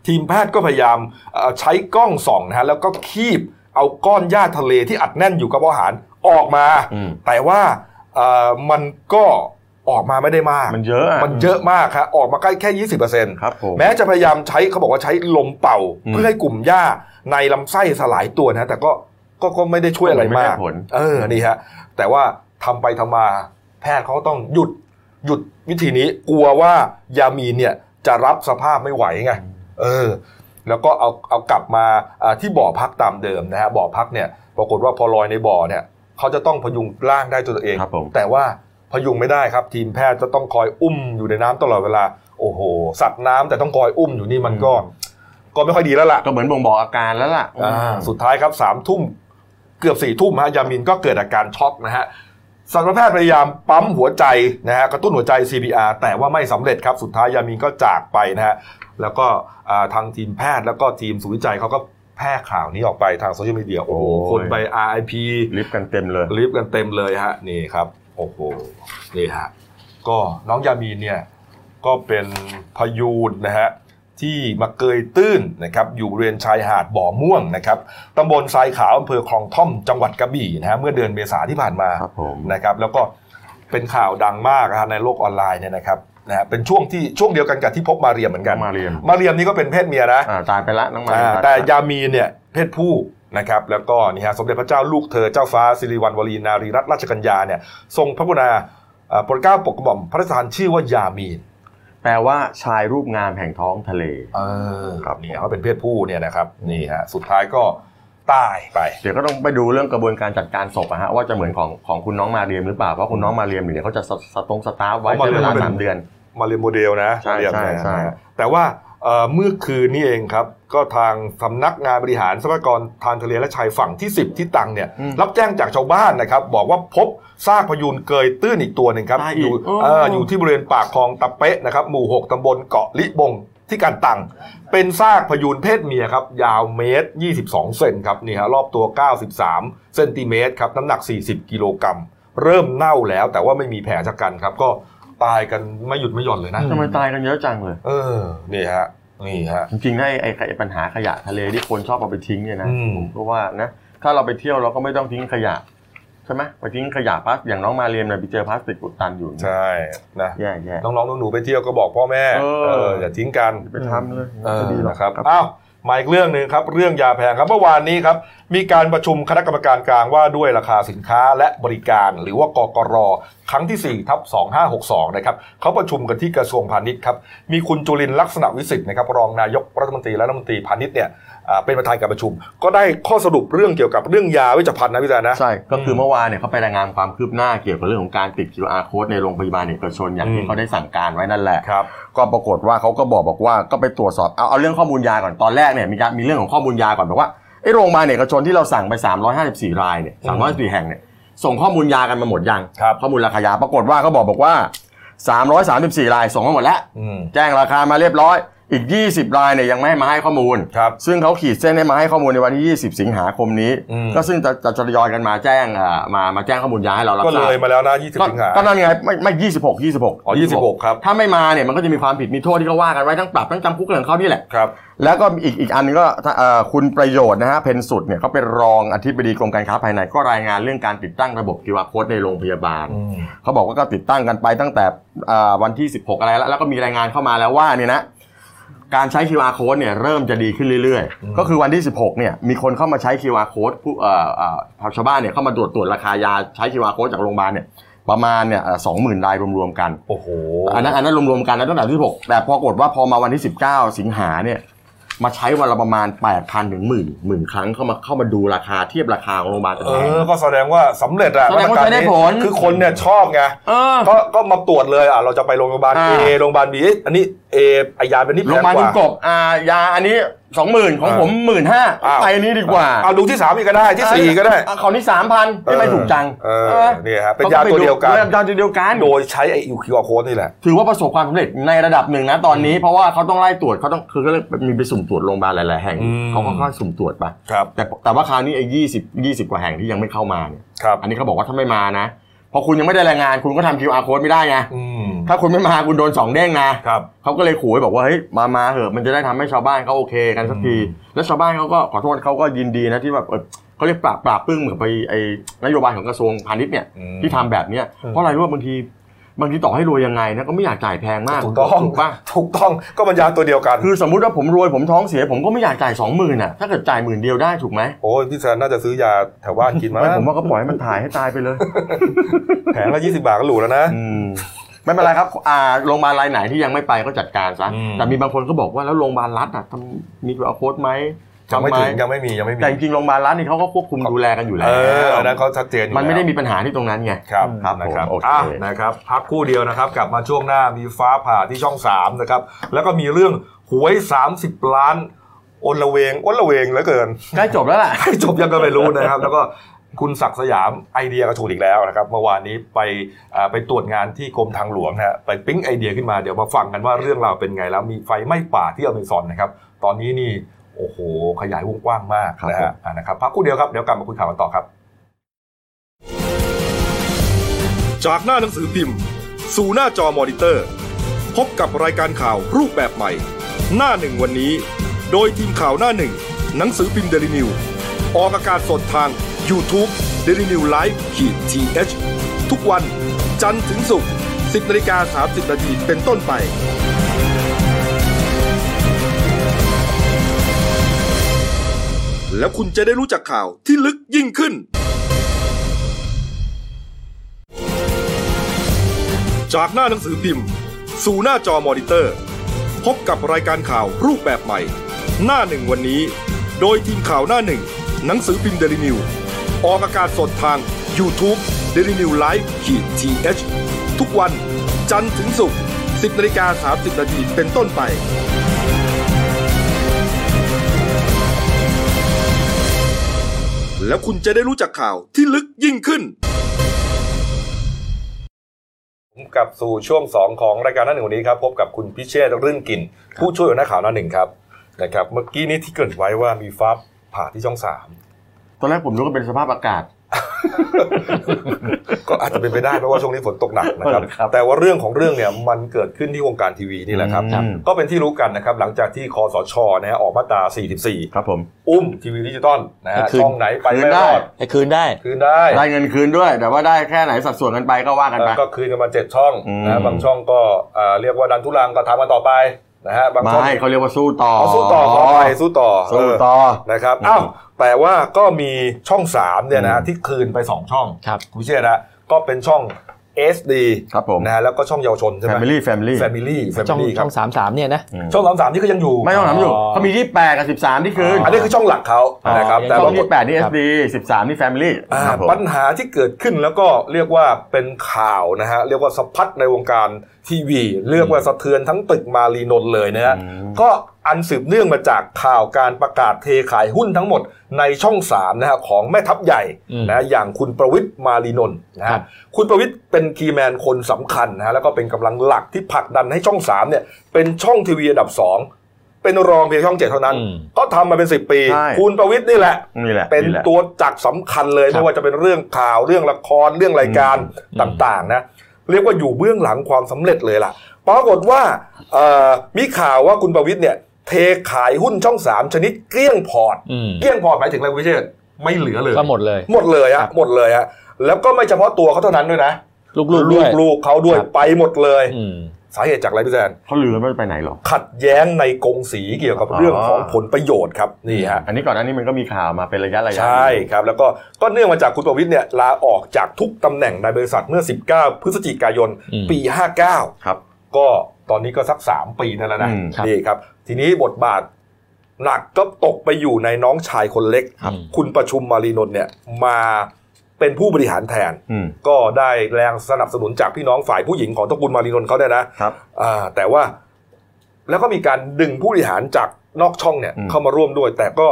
S1: ทีมแพทย์ก็พยายามเอ่อใช้กล้องส่องนะฮะแล้วก็คีบเอาก้อนหญ้าทะเลที่อัดแน่นอยู่กับอาหารออกมา
S2: อืม
S1: แต่ว่าเอ่อมันก็ออกมาไม่ได้มาก
S2: มันเยอะอะ
S1: มันเยอะมากครับออกมาใกล้แค่ยี่สิบเปอร์เซ็นต์
S2: ครับผม
S1: แม้จะพยายามใช้เขาบอกว่าใช้ลมเป่า
S2: อืม
S1: เพื่อให้กลุ่มหญ้าในลำไส้สลายตัวนะฮะแต่ก็ก็ก็ไม่ได้ช่วยอะไร
S2: ไม่
S1: มา
S2: ได้
S1: ก
S2: ผล
S1: เออนี่ฮะแต่ว่าทำไปทำมาแพทย์เขาก็ต้องหยุดหยุดวิธีนี้กลัวว่ายามีนเนี่ยจะรับสภาพไม่ไหวไงเออ แล้วก็เอาเอากลับมาอ่าที่บ่อพักตามเดิมนะฮะบ่อพักเนี่ยปรากฏว่าพอลอยในบ่อเนี่ยเขาจะต้องพยุงร่างได้ตัวเอง
S2: ครับผม
S1: แต่ว่าพยุงไม่ได้ครับ ทีมแพทย์จะต้องคอยอุ้มอยู่ในน้ำตลอดเวลา โอ้โห สัตว์น้ำแต่ต้องคอยอุ้มอยู่นี่มันก็ ก็ไม่ค่อยดีแล้วล่ะ
S2: ก็เหมือนบ่งบอกอาการแล้วล่ะ
S1: อ่าสุดท้ายครับสามทุ่มเกือบสี่ทุ่มฮะยามินก็เกิดอาการช็อกนะฮะสัตวแพทย์พยายามปั๊มหัวใจนะฮะกระตุ้นหัวใจ CPR แต่ว่าไม่สำเร็จครับ สุดท้ายยามินก็จากไปนะฮะแล้วก็อ่าทางทีมแพทย์แล้วก็ทีมศูนย์วิจัยเขาก็แพร่ข่าวนี้ออกไปทางโซเชียลมีเดียโอ้โห
S2: โอ้ย
S1: คนไป RIP
S2: ลิฟต์กันเต็มเลย
S1: ลิฟต์กันเต็มเลยฮะนี่ครับ โอ้โหนี่ฮะก็น้องยามีนเนี่ยก็เป็นพายูนนะฮะที่มาเกยตื้นนะครับอยู่บริเวณชายหาดบ่อม่วงนะครับตำบลทรายขาวอำเภอคลองท่อมจังหวัดกระบี่นะฮะเมื่อเดือนเมษาที่ผ่านมา
S2: ครับผม
S1: นะครับแล้วก็เป็นข่าวดังมากนะฮะในโลกออนไลน์เนี่ยนะครับนะฮะเป็นช่วงที่ช่วงเดียวกันกับที่พบมาเรียมเหมือนกัน
S2: มาเรียน
S1: มาเรียมนี่ก็เป็นเพศเมียนะ
S2: อ่าตายไปละน้องมา
S1: อ่า
S2: เรียน
S1: แต่ยามีนเนี่ยเพศผู้นะครับแล้วก็นี่ฮะสมเด็จพระเจ้าลูกเธอเจ้าฟ้าสิริวัณวรีนารีรัตนราชกัญญาเนี่ยทรงพระกรุณาเอ่อโปรดเกล้าโปรดกระหม่อมพระราชทานชื่อว่ายามีน
S2: แปลว่าชายรูปงามแห่งท้องทะเล
S1: เออ
S2: ครับ
S1: เนี่ยเขาเป็นเพศผู้เนี่ยนะครับนี่ฮะสุดท้ายก็ตายไป
S2: เดี๋ยวก็ต้องไปดูเรื่องกระบวนการจัดการศพอะฮะว่าจะเหมือนของของคุณน้องมาเรียมหรือเปล่าเพราะคุณน้องมาเรียมเนี่ยเขาจะสสตรงสตาร์ฟไว้
S1: เพราะมา
S2: ใช้
S1: เรียม
S2: เวลา
S1: เป็น
S2: สามเดือน
S1: มาเรียนโมเดลนะ
S2: ใช่
S1: เรียนนะ
S2: ใช่ใช่
S1: แต่ว่าเอ่อเมื่อคืนนี้เองครับก็ทางสำนักงานบริหารทรัพยากรทางทะเลและชายฝั่งที่ 10 ที่ตรังเนี่ยรับแจ้งจากชาวบ้านนะครับบอกว่าพบซากพยูนเกยตื้นอีกตัวหนึ่งครับ
S2: ตาย
S1: อ
S2: อีก
S1: ยู่
S2: โอ้
S1: เอ่ออยู่ที่บริเวณปากคลองตะเปะนะครับหมู่ 6ตำบลเกาะลิบงที่การตังเป็นซากพยูนเพศเมียครับยาวเมตร 22 เซนครับนี่ฮะรอบตัว 93 เซนติเมตรครับน้ำหนัก 40 กิโลกรัมเริ่มเน่าแล้ว แต่ว่าไม่มีแผลจากกันครับก็ตายกันไม่หยุดไม่หย่อนเลยนะ
S2: ทำไมตายกันเยอะจังเลย
S1: เออ นี่ฮะ นี่ฮะ
S2: จริงๆนะไอ้ไอ้ไอ้ปัญหาขยะทะเลที่คนชอบเอาไปทิ้งเนี่ยนะ
S1: อืม
S2: ผมก็ว่านะถ้าเราไปเที่ยวเราก็ไม่ต้องทิ้งขยะใช่ไหมไปทิ้งขยะพลาสอย่างน้องมาเรียมเนี่ยไปเจอพลาสติกอุดตันอยู่
S1: ใช่นะ
S2: แย่แย่
S1: น้องๆหนูๆไปเที่ยวก็บอกพ่อแม่
S2: เออ
S1: เอออย่าทิ้งกัน
S2: ไปทำเลย
S1: เออ
S2: ไม่ดีหรอก
S1: นะครับอ้าวมาอีกเรื่องหนึ่งครับเรื่องยาแพงครับเมื่อวานนี้ครับ มีการประชุมคณะกรรมการกลางว่าด้วยราคาสินค้าและบริการ หรือว่ากกรครั้งที่4ทับ2562นะครับเขาประชุมกันที่กระทรวงพาณิชย์ครับมีคุณจุลินทร์ลักษณะวิสิทธิ์นะครับรองนายกรัฐมนตรีและรัฐมนตรีพาณิชย์เนี่ยอ่าเป็นประธานการประชุม ก็ได้ข้อสรุปเรื่องเกี่ยวกับเรื่องยาเวชภัณฑ์นะพี่แจนะ
S2: ใช่ ก็คือเมื่อวานเนี่ยเขาไปรายงานความคืบหน้าเกี่ยวกับเรื่องของการติด QR code ในโรงพยาบาลเอกชนอย่าง
S1: อื
S2: ที่
S1: ม
S2: เขาได้สั่งการไว้นั่นแหละ
S1: ครับ
S2: ก็ปรากฏว่าเขาก็บอกบอกว่าก็ไปตรวจสอบเอาเอาเรื่องข้อมูลยาก่อนตอนแรกเนี่ยมีการมีเรื่องของข้อมูลยาก่อนบอกว่าไอ้โรงพยาบาลเอกชนที่เราสั่งไป 354 รายเนี่ย
S1: อืม
S2: 354แห่งเนี่ยส่งข้อมูลยากันมาหมดยัง
S1: ครับ
S2: ข้อมูลราคายาปรากฏว่าเขาบอกบอกว่า 334 รายส่งมาหมดแล้ว
S1: อืม
S2: แจ้งราคามาเรียบร้อย อีก 20 รายเนี่ยยังไม่ให้มาให้ข้อมูล
S1: ครับ
S2: ซึ่งเขาขีดเส้นให้มาให้ข้อมูลในวันที่ 20 สิงหาคมนี้
S1: อืม
S2: ก็ซึ่งจะจะทยอยกันมาแจ้งอ่ามามาแจ้งข้อมูลยาให้เรารับ
S1: ก็
S2: ท
S1: เล
S2: ราบ
S1: ยมาแล้วนะ20
S2: ก็
S1: สิงหา
S2: ก็นั่นไงไม่ไม่ยี่สิบหกยี่สิบหก
S1: อ๋อ26 ครับ
S2: ถ้าไม่มาเนี่ยมันก็จะมีความผิดมีโทษที่เขาว่ากันไว้ทั้งปรับทั้งจำคุกเรื่องเขานี่แหละ
S1: ครับ
S2: แล้วก็อีกอีกอันหนึงก็ถ้าเอ่อคุณประโยชน์นะฮะเพนสุดเนี่ยเขาเป็นรองอธิบดีกรมการค้าภายในก็รายงานเรื่องการติดตั้งระบบกิวาโค้ดในโรงพยาบาล เขาบอกว่าก็ติดตั้งกันไปตั้งแต่อ่าวันที่ 16 อะไรแล้ว แล้วก็มีรายงานเข้ามาแล้วว่าเนี่ยนะ การใช้ QR code เนี่ยเริ่มจะดีขึ้นเรื่อย
S1: อืม
S2: ๆ ก็คือวันที่ 16 เนี่ยมีคนเข้ามาใช้ QR code ผู้เอ่อเอ่อชาวบ้านเนี่ยเข้ามาตรวจตรวจราคายาใช้ QR code จากโรงพยาบาลเนี่ยประมาณเนี่ยสองหมื่นรายรวมๆกัน
S1: โอ้โห
S2: อันนั้นอันนั้นรวมๆกันนะตั้งแต่ที่ 6 แต่ปรากฏว่าพอมาวันที่ 19 สิงหาเนี่ยมาใช้วันละประมาณ 8,000ถึงหมื่นหมื่นครั้งเข้ามาเข้ามาดูราคาเทียบราคาของโรงพยาบาลแต่
S1: เอ
S2: ละแห่ง
S1: อ ก็แสดงว่าสำเร็จอะ
S2: แสดงว่าใช้ได้ผล
S1: มาตรกรนี้คือคนเนี่ยชอบไง
S2: เออ
S1: ก็ ก็มาตรวจเลยอ่ะ เราจะไปโรงพยาบาล
S2: อ่า
S1: A โรงพยาบาล B เอ๊ะอันนี้ A ไอยาเป็นนี่
S2: โรงพยาบาล
S1: แพ
S2: คุณ
S1: ก
S2: ก
S1: ว่า
S2: บอ่ายาอันนี้สองหมื่นของ
S1: อ่า
S2: ผมหมื่นห้า
S1: อ้าว
S2: ไปอันนี้ดีกว่า
S1: เอาดูที่สามอีกก็ได้ ที่สี่ก็ได้
S2: อ่ะของนี่สามพันไม่ไปถูกจัง
S1: เออเออนี่ฮะ เป็นยาตัวเดียวกัน
S2: เป็นยาตัวเดียวกัน
S1: โดยใช้ไอ QR code นี่แหละ
S2: ถือว่าประสบความสำเร็จในระดับหนึ่งนะตอนนี้เพราะว่าเขาต้องไล่ตรวจเขาต้องคือเขาเรียกมีไปสุ่มตรวจโรงพยาบาลหลายๆแห่ง
S1: อืม
S2: เขาก็ค่อยๆสุ่มตรวจไป
S1: ครับ
S2: แต่แต่ว่าคราวนี้ไอ้ยี่สิบยี่สิบกว่าแห่งที่ยังไม่เข้ามาเนี่ย
S1: ครับ
S2: อันนี้เขาบอกว่าถ้าไม่มานะพอคุณยังไม่ได้รายงานคุณก็ทำ QR code ไม่ได้ไง
S1: อืม
S2: ถ้าคุณไม่มาคุณโดนสองเด้งนะ
S1: ครับ
S2: เขาก็เลยขู่ไว้บอกว่าเฮ้ยมามาเหอะมันจะได้ทำให้ชาวบ้านเขาโอเคกันสักที
S1: อืม
S2: แล้วชาวบ้านเขาก็ขอโทษเขาก็ยินดีนะที่แบบเออเขาเรียกปราบปราบปึ้งเหมือนไปไอ้นโยบายของกระทรวงพาณิชย์เนี่ย
S1: อืม
S2: ที่ทำแบบเนี้ย
S1: อืม
S2: เพราะอะไรรู้ป่ะบางทีบางทีต่อให้รวยยังไงนะก็ไม่อยากจ่ายแพงมาก
S1: ถูกต้อง
S2: ถูกป่ะ
S1: ถูกต้อง ก็มันยาตัวเดียวกัน
S2: คือสมมุติว่าผมรวยผมท้องเสียผมก็ไม่อยากจ่ายสองหมื่นอ่ะถ้าเกิดจ่ายหมื่นเดียวได้ถูกไหม
S1: โอ้ยพี่แซนน่าจะซื้อยาแถวบ้านกินมา
S2: ไม่ผมว่าก็ปล่อยให้มันถ่ายให้ตายไปเลย
S1: แผงละยี่สิบบาทก็หรูแล้วนะ
S2: อืม ไม่เป็นไรครับอ่าโรงพยาบาลรายไหนที่ยังไม่ไปก็จัดการซะ
S1: อืม
S2: แต่มีบางคนก็บอกว่าแล้วโรงพยาบาลรัฐอ่ะทำมีเอาโค้ดไหม
S1: ยัง
S2: ทำ
S1: ไม่
S2: ไหม
S1: ถึงยังไม่มียังไม่มี
S2: แต่จริงๆโรงพยาบาลรัฐนี่เขาก็ควบคุมดูแลกันอยู่แล้
S1: เอ
S2: ว
S1: อนะเขาชัดเจนอยู่
S2: มันไม่
S1: แล้ว
S2: ได้มีปัญหาที่ตรงนั้นไง
S1: ครับ
S2: ครับ
S1: นะ
S2: ผมโอเค
S1: อ่ะนะครับ พักครู่เดียวนะครับ กลับมาช่วงหน้ามีฟ้าผ่าที่ช่อง 3 นะครับ แล้วก็มีเรื่องหวย 30 ล้านอนละเวงอนละเวงเหลือเกิน
S2: ใกล้จบแล้วล่ะ
S1: จบยังก็ไม่รู้นะครับ แล้วก็คุณศักดิ์สยามไอเดียกระถูกอีกแล้วนะครับ เมื่อวานนี้ไปอ่าไปตรวจงานที่กรมทางหลวงนะฮะไปปิ๊งไอเดียขึ้นมาเดี๋ยวมาฟังกันว่าเรื่องราวเป็นไงแล้วมีไฟไหม้ป่าที่อเมซอนนะครับ ตอนนี้นี่โอ้โห ขยายวงกว้างมากนะ
S2: ครั
S1: ฮะ
S2: บผม
S1: อ่านะครับพักครู่เดียวครับเดี๋ยวกลับมาคุยข่าวกันต่อครับ
S4: จากหน้าหนังสือพิมพ์ สู่หน้าจอมอนิเตอร์ พบกับรายการข่าวรูปแบบใหม่ หน้าหนึ่งวันนี้ โดยทีมข่าวหน้าหนึ่ง หนังสือพิมพ์เดลิวิวออกอากาศสดทาง y o u t u เด d ิวิวไลฟ์ขีดทีเทุกวันจันทร์ถึงศุกร์10นาฬิกา30นาทีเป็นต้นไป แล้วคุณจะได้รู้จักข่าวที่ลึกยิ่งขึ้น จากหน้าหนังสือพิมพ์ สู่หน้าจอมอนิเตอร์ พบกับรายการข่าวรูปแบบใหม่ หน้าหนึ่งวันนี้ โดยทีมข่าวหน้าหนึ่ง หนังสือพิมพ์เดลิวิวออกอากาศสดทาง y o u t u เด d ิวิวไลฟ์ขีดทีเทุกวันจันทร์ถึงศุกร์10นาฬิกา30นาทีเป็นต้นไป แล้วคุณจะได้รู้จักข่าวที่ลึกยิ่งขึ้น
S1: ผมกลับสู่ช่วง 2 ของรายการหน้าหนึ่งวันนี้ครับ พบกับคุณพิเชษฐ์รื่นกิน ผู้ช่วยหัวหน้าข่าวหน้าหนึ่งครับนะครับเมื่อกี้นี้ที่เกริดไว้ว่ามีฟ้าผ่าที่ช่องสาม
S2: ตอนแรกผมนึกว่าเป็นสภาพอากาศ
S1: ก็อาจจะเป็นไปได้เพราะว่าช่วงนี้ฝนตกหนักนะครับ
S2: เออครับ
S1: แต่ว่าเรื่องของเรื่องเนี่ยมันเกิดขึ้นที่วงการทีวีนี่แหละครับ
S2: ครับ
S1: ก็เป็นที่รู้กันนะครับหลังจากที่คอสชนะฮะออกมาตรา
S2: ครับผม
S1: 44 อุ้มทีวีดิจิตอลนะฮะ
S5: คืน
S1: ช่องไหนไป
S2: คืน
S1: ไม่ร
S2: ได้
S1: อด
S5: ให้คืนได้
S1: คืนได้
S2: ได้เงินคืนด้วย แต่ว่าได้แค่ไหนสัดส่วนกันไปก็ว่ากันไป
S1: ก็คืนกันมาเจ็ดช่อง
S2: อืม
S1: นะบางช่องก็อ่าเรียกว่าดันทุรังก็ทำกันต่อไปนะฮะบางช่อง
S2: ไม่เขาเรียกว่าสู้ต่อ
S1: เอาสู้ต่อขอไปสู้ต่อ
S2: สู้
S1: เ
S2: ต่อ
S1: นะครับ
S2: อืม
S1: อ้าวแต่ว่าก็มีช่อง3เนี่ยนะ
S2: อืม
S1: ที่คืนไป 2 ช่อง
S5: ครับ
S1: คุณพิเชษนะก็เป็นช่อง SD
S2: ครับผม
S1: นะฮะแล้วก็ช่องเยาวชนใช่ไหม
S2: Family Family
S1: Family
S5: ช่อง
S1: Family ครั
S5: ช่
S1: บ
S5: องสามสามเนี่ยนะ
S1: ช่องสามสามนี่ก็ยังอยู่
S2: ไม่ต้องถามอยู่
S5: อ๋อ
S2: เขามีที่8กับ 13 ที่คืน
S1: อันนี้คือช่องหลักเขา
S5: อ๋อ
S1: นะครับ
S5: ยัง
S1: แต่
S2: ช่
S1: ว่า
S2: องที่8นี่ SD 13 นี่ Family
S1: อ่า
S2: ครับผม
S1: ปัญหาที่เกิดขึ้นแล้วก็เรียกว่าเป็นข่าวนะฮะเรียกว่าสะพัดในวงการทีวี เรียกว่าสะเทือนทั้งตึกมารีนนท์เลยนะฮะ
S2: อืม
S1: ก็อันสืบเนื่องมาจากข่าวการประกาศเทขายหุ้นทั้งหมดในช่องสามนะฮะของแม่ทัพใหญ่
S5: อืม
S1: นะอย่างคุณประวิทย์มาลีนนท์นะ
S5: ครั
S1: ฮะ
S5: บ
S1: คุณประวิทย์เป็นคีย์แมนคนสำคัญนะฮะแล้วก็เป็นกำลังหลักที่ผลักดันให้ช่อง 3 เนี่ย เป็นช่องทีวีอันดับ 2 เป็นรองเพียงช่องเจ็ดเท่านั้น ก็ทำมาเป็น 10 ปี
S2: ใช่
S1: คุณประวิทย์นี่แหละ
S2: นี่แหละ
S1: เป็น
S2: แหละ
S1: ตัวจักรสำคัญเลย
S5: ครับ
S1: ไม่ว่าจะเป็นเรื่องข่าวเรื่องละครเรื่องรายการต่างๆนะเรียกว่าอยู่เบื้องหลังความสำเร็จเลยล่ะปรากฏว่าเอ่อมีข่าวว่าคุณประวิทย์เนี่ยเทขายหุ้นช่องสามชนิดเกลี้ยงพอร์ต
S5: อืม
S1: เกลี้ยงพอร์ตหมายถึงอะไรคุณวิเชษฐ์ไม่เหลือเลย
S5: ก็หมดเลย
S1: หมดเลย
S5: ครั
S1: อะ
S5: บ
S1: หมดเลยอะแล้วก็ไม่เฉพาะตัวเขาเท่านั้นด้วยนะ
S5: ลูกๆด้วย
S1: ลูกๆเขาด้วย
S5: ครับ
S1: ไปหมดเลย
S5: อืม
S1: สาเหตุจากอะไรพี่แซน
S2: เขาลือไม่าไปไหนหรอก
S1: ขัดแย้งในกงสีเกี่ยวกับ
S2: อ๋อ
S1: เรื่องของผลประโยชน์ครับนี่ฮะ
S2: อันนี้ก่อนอันนี้มันก็มีข่าวมาเป็นระยะระยะ
S1: ใช่ครับ แล้วก็ก็เนื่องมาจากคุณประวิทย์เนี่ยลาออกจากทุกตำแหน่งในบริษัทเมื่อ 19 พฤศจิกายน
S5: อืม
S1: ปี 59
S2: ครับ
S1: ก็ตอนนี้ก็สัก 3 ปีนั่นแล้วนะ
S2: อืม
S5: ครับ
S1: นี่ครับ ทีนี้บทบาทหนักก็ตกไปอยู่ในน้องชายคนเล็ก
S5: ครับ
S1: คุณประชุมมารีนนท์เนี่ยมาเป็นผู้บริหารแทน
S2: อืม
S1: ก็ได้แรงสนับสนุนจากพี่น้องฝ่ายผู้หญิงของตระกูลมารีนนท์เขาเนี่ยนะครับ อ่าแต่ว่าแล้วก็มีการดึงผู้บริหารจากนอกช่องเนี่ย
S2: อืม
S1: เข้ามาร่วมด้วย แต่ก็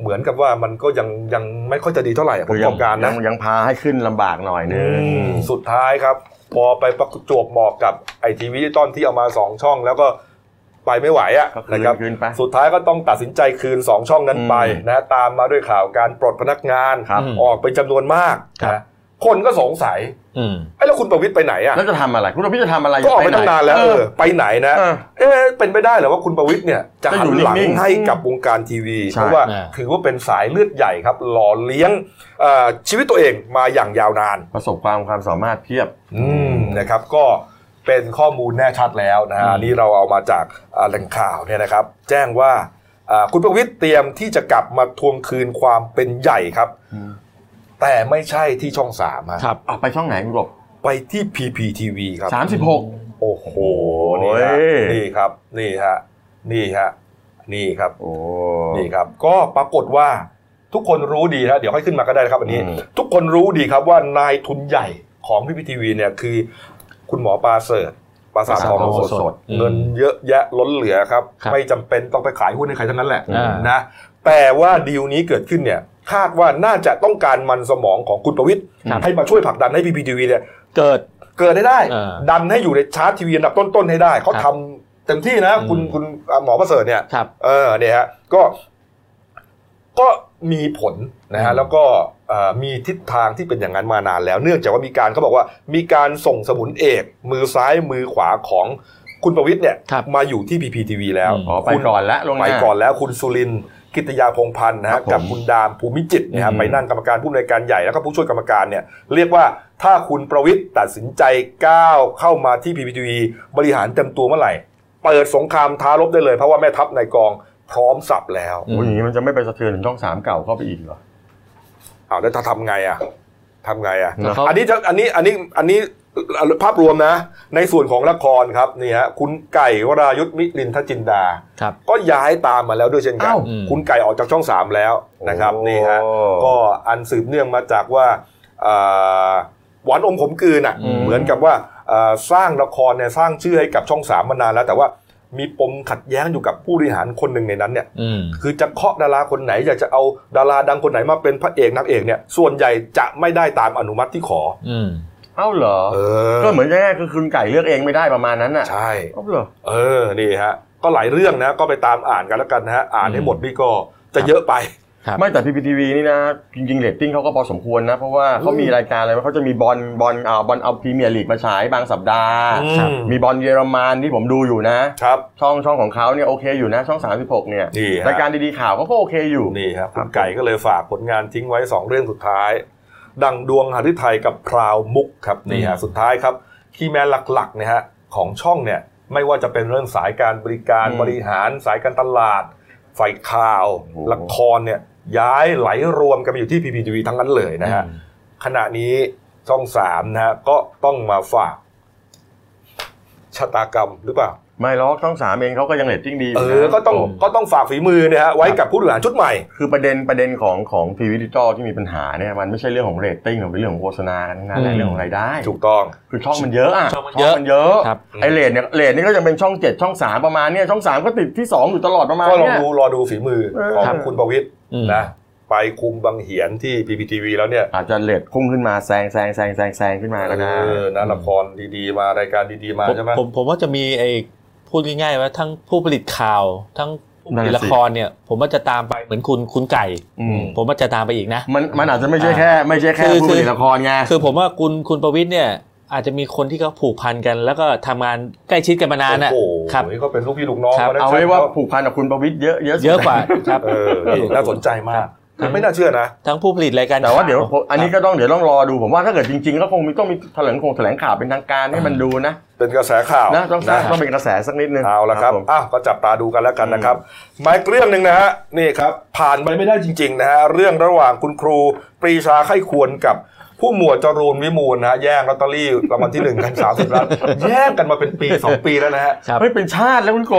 S1: เหมือนกับว่ามันก็ยังยังไม่ค่อยจะดีเท่าไหร่อะผลประกอบการ
S2: ยั
S1: นะ
S2: งยังพาให้ขึ้นลำบากหน่อยนึ
S1: อื
S2: ง
S1: มสุดท้ายครับ พอไปประจวบเหมาะกับไอทีวีตอนที่เอามาสองช่อง แล้วก็ไปไม่ไหวอะ
S2: ก็คืน
S1: นะครับ
S2: คืนไป
S1: สุดท้ายก็ต้องตัดสินใจคืนสองช่องนั้นไป
S2: อืม
S1: นะตามมาด้วยข่าวการปลดพนักงาน
S2: ครับ
S5: อืม
S1: ออกเป็นจำนวนมาก
S2: ครับ
S1: นะคนก็สงสัย
S5: อืม
S1: ไอ้แล้วคุณประวิทย์ไปไหนอ่ะ
S2: แล้วจะทำอะไร คุณพี่จะทำอะไร
S1: ก็ออกไป
S2: ห
S1: ตั้งนานแล้ว
S2: เอ
S1: เอ
S2: อ
S1: อไปไหนนะ
S2: เออ
S1: เอ๊ะเป็นไปได้เหรือว่าคุณประวิทย์เนี่ยจะ
S2: จะ
S1: หั
S2: อยู่
S1: นหลัง
S2: นิ่งๆ
S1: ให้กับวงการทีวี
S2: ใช่
S1: เพราะว่า
S5: อ่า
S1: ถือว่าเป็นสายเลือดใหญ่ครับ หล่อเลี้ยงเอ่อชีวิตตัวเองมาอย่างยาวนาน
S2: ประสบความความสามารถเพียบ
S1: อืมนะครับก็เป็นข้อมูลแน่ชัดแล้วนะฮะอันนี่เราเอามาจากอ่าแหล่งข่าวเนี่ยนะครับ แจ้งว่าอ่าคุณประวิทย์เตรียมที่จะกลับมาทวงคืนความเป็นใหญ่ครับ
S2: อืม
S1: แต่ไม่ใช่ที่ช่องสามฮะ
S5: ครับ
S2: ออกไปช่องไหนคุณกบ
S1: ไปที่ PPTV ครับ
S2: สามสิบหก
S1: โอ้โห นี่ฮะ
S2: โอ้ย
S1: นี่ครับ นี่ฮะ นี่ฮะ นี่ครับ
S2: โอ้
S1: นี่ครับ ก็ปรากฏว่าทุกคนรู้ดีนะเดี๋ยวให้ขึ้นมาก็ได้นะครับอันนี้
S2: อืม
S1: ทุกคนรู้ดีครับว่านายทุนใหญ่ของพีพีทีวีเนี่ยคือ คุณหมอปลาเสิร์ตปราสาททอง
S5: ปราสาททอง
S1: โอส
S5: โอส
S1: ด
S5: ถอืม
S1: เงินเยอะแยะล้นเหลือครับ
S5: ครับ
S1: ไม่จำเป็นต้องไปขายหุ้นให้ใครทั้งนั้นแหละ
S5: อ่าน
S1: นะแต่ว่าดีลนี้เกิดขึ้นเนี่ยคาดว่าน่าจะต้องการมันสมองของคุณประวิทย์ให้มาช่วยผลักดันให้พีพีทีวีเนี่ย
S5: เกิด
S1: เกิดให้ได้
S5: เออ
S1: ดันให้อยู่ในชาร์ตทีวีอันดับต้น ๆ ให้ได้เขา
S5: ครั
S1: ทำ
S5: บ
S1: เต็มที่นะคุณ
S5: อืม
S1: คุณอ่ะหมอประเสริฐเนี่ย
S5: ครับ
S1: เออเนี่ยฮะก็ก็มีผลนะฮะ
S5: อืม
S1: แล้วก็เอ่อมีทิศทางที่เป็นอย่างนั้นมานานแล้ว เนื่องจากว่ามีการเขาบอกว่ามีการส่งสมุนเอก มือซ้ายมือขวาของคุณประวิทย์เนี่ย
S5: ครับ
S1: มาอยู่ที่ PPTV แล้ว
S5: อืม
S2: อ๋อไป
S1: คุณ
S2: ก่อนละล่วงห
S1: ไป
S2: น้า
S1: ก่อนแล้วคุณสุรินทร์กิตยาพงษ์พันธ์นะ
S2: ครั
S1: ฮะ
S2: บผม
S1: กับคุณดามภูมิจิตรนะฮะ
S2: อืม
S1: ไปนั่งกรรมการผู้อำนวยการใหญ่แล้วก็ผู้ช่วยกรรมการเนี่ยเรียกว่าถ้าคุณประวิทย์ตัดสินใจก้าวเข้ามาที่ PPTV บริหารเต็มตัวเมื่อไหร่ เปิดสงครามท้ารบได้เลยเพราะว่าแม่ทัพในายกองพร้อมสับแล้ว
S5: อืม
S2: โอ้ยอย่างนี้มันจะไม่ไปสะเทือนถึงช่องสามเก่าเข้าไปอีกเหรอ
S1: อ้าวแล้วถ้าทำไงอ่ะทำไงอ่ะ
S2: นะ
S5: เขา
S1: อันนี้จะอันนี้อันนี้อันนี้ภาพรวมนะ ในส่วนของละครครับนี่ฮะคุณไก่วรายุทธมิลินทจินดา
S5: ครับ
S1: ก็ย้ายตามมาแล้วด้วยเช่นกัน
S2: อ้าว
S1: คุณไก่ออกจากช่องสามแล้วนะครับ
S2: โอ้
S1: นี่ฮะก็อันสืบเนื่องมาจากว่าอ่าหวานอมขมกลืนอ่ะ
S5: อืม
S1: เหมือนกับว่าอ่าสร้างละครเนี่ยสร้างชื่อให้กับช่องสามมานานแล้วแต่ว่ามีปมขัดแย้งอยู่กับผู้บริหารคนหนึ่งในนั้นเนี่ย
S5: อืม
S1: คือจะเคาะดาราคนไหนอยากจะเอาดาราดังคนไหนมาเป็นพระเอกนางเอกเนี่ย ส่วนใหญ่จะไม่ได้ตามอนุมัติที่ขอ
S5: อืม
S2: เอ้าเหรอ
S1: เอ
S2: ก็เหมือนง่ายๆคือคุณไก่เลือกเองไม่ได้ประมาณนั้นน่ะ
S1: ใช่
S2: เอ้าเหรอ
S1: เออนี่ฮะ ก็หลายเรื่องนะก็ไปตามอ่านกันแล้วกันนะฮะอ่านให้หมดนี่ก็จะเยอะไป
S5: ครับ
S2: ไม่แต่พีพีทีวีนี่นะ จริงๆเรตติ้งเขาก็พอสมควรนะ เพราะว่าเขามีรายการอะไรว่าเขาจะมีบอลบอลอ่าบอลเอาพรีเมียร์ลีกมาฉายบางสัปดาห์
S1: อืม
S2: มีบอลเยอรมันที่ผมดูอยู่นะ
S1: ครับ
S2: ช่องช่องของเขาเนี่ยโอเคอยู่นะ ช่อง 36 เนี่ย
S1: นี่ฮะ
S2: รายการดีๆข่าวเขาก็โอเคอยู่
S1: นี่ครับคุณไก่ก็เลยฝากผลงานทิ้งไว้ 2 เรื่องสุดท้าย ดังดวงหฤทัยกับพราวมุกครับนี่ฮะสุดท้ายครับคีย์แมนหลักๆนะฮะของช่องเนี่ยไม่ว่าจะเป็นเรื่องสายการบริการ
S2: อืม
S1: บริหารสายการตลาดฝ่ายข่าว
S2: โอ้
S1: ละครเนี่ยย้ายไหลรวมกันไปอยู่ที่ PPTV ทั้งนั้นเลยนะฮะขณะนี้ช่องสามนะฮะก็ต้องมาฝากชะตากรรมหรือเปล่า
S2: ไม่หรอกช่องสามเองเขาก็ยังเรตติ้งดี
S1: เอยู่ อ
S2: นะ
S1: ก็ต้อง
S2: โ
S1: ก็ต้องฝากฝีมือนะฮะไว้กับผู้บริหารชุดใหม่
S2: คือประเด็นประเด็นของของทีวีดิจิตอลที่มีปัญหาเนี่ยมันไม่ใช่เรื่องของเรตติ้งหรอกเป็นเรื่องของโฆษณากันทั้งนั้นแหละ
S5: อืม
S2: เรื่องของรายได้
S1: ถูกต้อง
S2: คือช่องมันเยอะอะ
S5: ช่องมันเยอะ
S2: มันเยอะ
S5: ครับ
S2: ไอเรตเนี่ยเรตนี่ก็ยังเป็นช่องเจ็ดช่องสามประมาณเนี่ยช่องสามก็ติดที่สองอยู่ตลอดประมาณ
S1: ก็ลอง
S2: เนี้ย
S1: ดูรอดูฝีมือ
S2: เออ
S1: ของคุณประวิทย์
S5: อืม
S1: นะไปคุมบางเหียนที่ PPTV แล้วเนี่ย
S2: อาจจะเรตพุ่งขึ้นมาแซงแซงแซงแซงแซงขึ้นมาก็ได้
S1: เออนะละครดีๆ มารายการดีๆ มา
S5: ผม
S1: ใช่ไหม
S5: ผมผมว่าจะมีไอ้พูดง่ายๆว่าทั้งผู้ผลิตข่าวทั้งผู้ผลิต
S2: นั่นน่ะสิ
S5: ละครเนี่ย ผมว่าจะตามไปเหมือนคุณคุณไก่
S2: อืม
S5: ผมว่าจะตามไปอีกนะ
S2: มันมันอาจจะไม่ใช่แค่ ไม่ใช่แค่
S5: คือ
S2: ผู้ผลิต
S5: คือ
S2: ละครไง
S5: คือผมว่าคุณคุณประวิทย์เนี่ย อาจจะมีคนที่เขาผูกพันกัน แล้วก็ทำงานใกล้ชิดกันมานานน่ะ
S1: โอ้โห
S5: ครับ
S1: ก็เป็นลูกพี่ลูกน้อง
S5: ครับ
S1: นะ
S2: เอาไว้ว่า
S1: ใช่ครับ
S2: ผูกพันกับคุณประวิตยเยอะเยอะสุด
S5: เยอะกว่าครับ
S1: เออน่าสนใจมาก
S5: ครับ
S1: ไม่น่าเชื่อนะ
S5: ทั้งผู้ผลิตรายการ
S2: แต่ว่าเดี๋ยวผ
S5: ข่
S2: มอันนี้ก็ต้องเดี๋ยวต้องรอดูผมว่าถ้าเกิดจริงๆก็คงมีต้องมีแถลงคงแถลงข่าวเป็นทางการให้มันดูนะ
S1: เป็นกระแสข่าว
S2: นะต้องสร้าง
S1: นะ
S2: ต้องเป็นกระแสสักนิดนึง
S1: เอาละครับ
S2: ผม
S1: อ้าวก็จับตาดูกันแล้วกันนะครับหมายเรื่องหนึ่งนะฮะนี่ครับผ่านไปไม่ได้จริงๆนะฮะเรื่องระหว่างคุณครูปรีชาไข้ควรกับผู้หมวดจรูนวิมูลนะฮะแย่งลอตเตอรี่รางวัลที่หนึ่งกันสามสิบล้านแย่งกันมาเป็นปีสองปีแล้วนะฮะ
S5: ครับ
S2: เฮ้ยเป็นชาติแล้วคุณโก